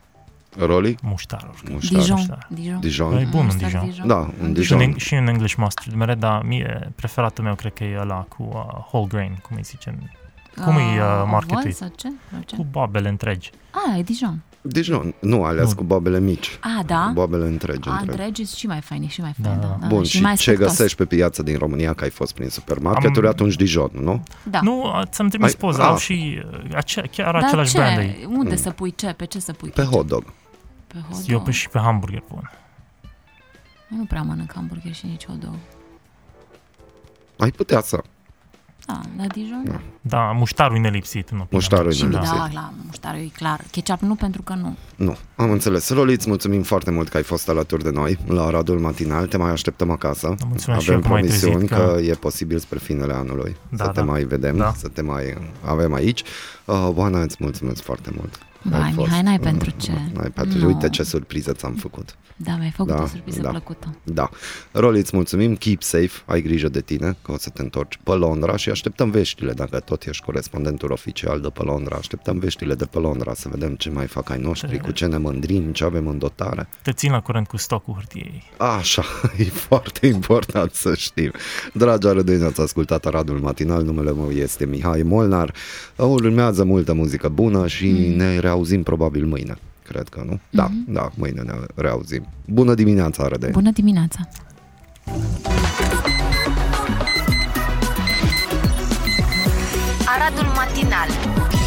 B: Roli?
D: Muștarul.
B: Muștar.
C: Dijon.
D: muștar.
C: Dijon.
B: Dijon.
D: E bun un
C: Muștar
D: Dijon.
B: Da, un
D: Și un,
B: Dijon.
D: și un English mustard mere, dar da, mie, preferatul meu cred că e ăla cu uh, whole grain, cum îi zicem, Cum e, uh,
C: Ah,
D: marketul?
C: ovol sau ce? Sau ce?
D: cu babele întregi.
C: A, e Dijon.
B: Dijon. Nu, ales
D: Nu.
B: cu babele mici.
C: A, da?
B: Cu babele întregi.
C: A,
B: întreg.
C: întregi și mai fain, e și mai
D: Da,
C: fain. Da,
D: da.
C: da.
B: Bun,
C: da,
B: și, și ce
C: sănătos.
B: găsești pe piața din România, că ai fost prin supermarketuri,
D: Am-
B: atunci Dijon, nu?
C: Da.
D: Nu, a, ți-am trimis
B: Ai-
D: poza,
B: a.
D: au și uh, ace- chiar
C: Dar
D: același
C: ce?
D: brand e.
C: Unde să pui ce? Pe ce să pui?
B: Mm. Pe hot dog.
C: Pe hot
D: Eu
C: dog.
D: pe și pe hamburger pun.
C: Eu nu prea mănânc hamburger și nici hot dog.
B: Ai putea să.
C: Da, la Dijon? Da.
D: Da, muștarul e nelipsit. Nu,
B: Muștarul
C: Și
B: din
C: da,
B: da.
C: da, la muștarul e clar. Ketchup nu, pentru că nu.
B: Nu, am înțeles. Roli, îți mulțumim foarte mult că ai fost alături de noi la Radul Matinal. Te mai așteptăm acasă.
D: Mulțumesc și
B: avem
D: eu că m-ai
B: promisiuni
D: trezit, că-
B: că... e posibil spre finele anului
D: Da,
B: să te
D: da.
B: mai vedem,
D: Da.
B: să te mai avem aici. Uh, Oana, îți mulțumesc foarte mult.
C: Ba,
B: Ai fost.
C: Mihai, n-ai pentru ce.
B: N-ai pentru ce.
C: Nu.
B: Uite ce surpriză ți-am făcut.
C: Da, mi-ai făcut
B: Da,
C: o surpriză
B: da.
C: plăcută.
B: Da. Roli, îți mulțumim, keep safe, ai grijă de tine, că o să te întorci pe Londra și așteptăm veștile, dacă tot ești corespondentul oficial de pe Londra, așteptăm veștile de pe Londra să vedem ce mai fac ai noștri, cu ce ne mândrim, ce avem în dotare.
D: Te țin la curent cu stocul hârtiei.
B: Așa, (laughs) e foarte important să știm. Dragi arădeni, ați ascultat Aradul Matinal, numele meu este Mihai Molnar. Urmează multă muzică bună și mm. ne reauzim probabil mâine, cred că nu? Da, mm-hmm. da, mâine ne reauzim. Bună dimineața, arădeni!
C: Bună dimineața!
E: Aradul matinal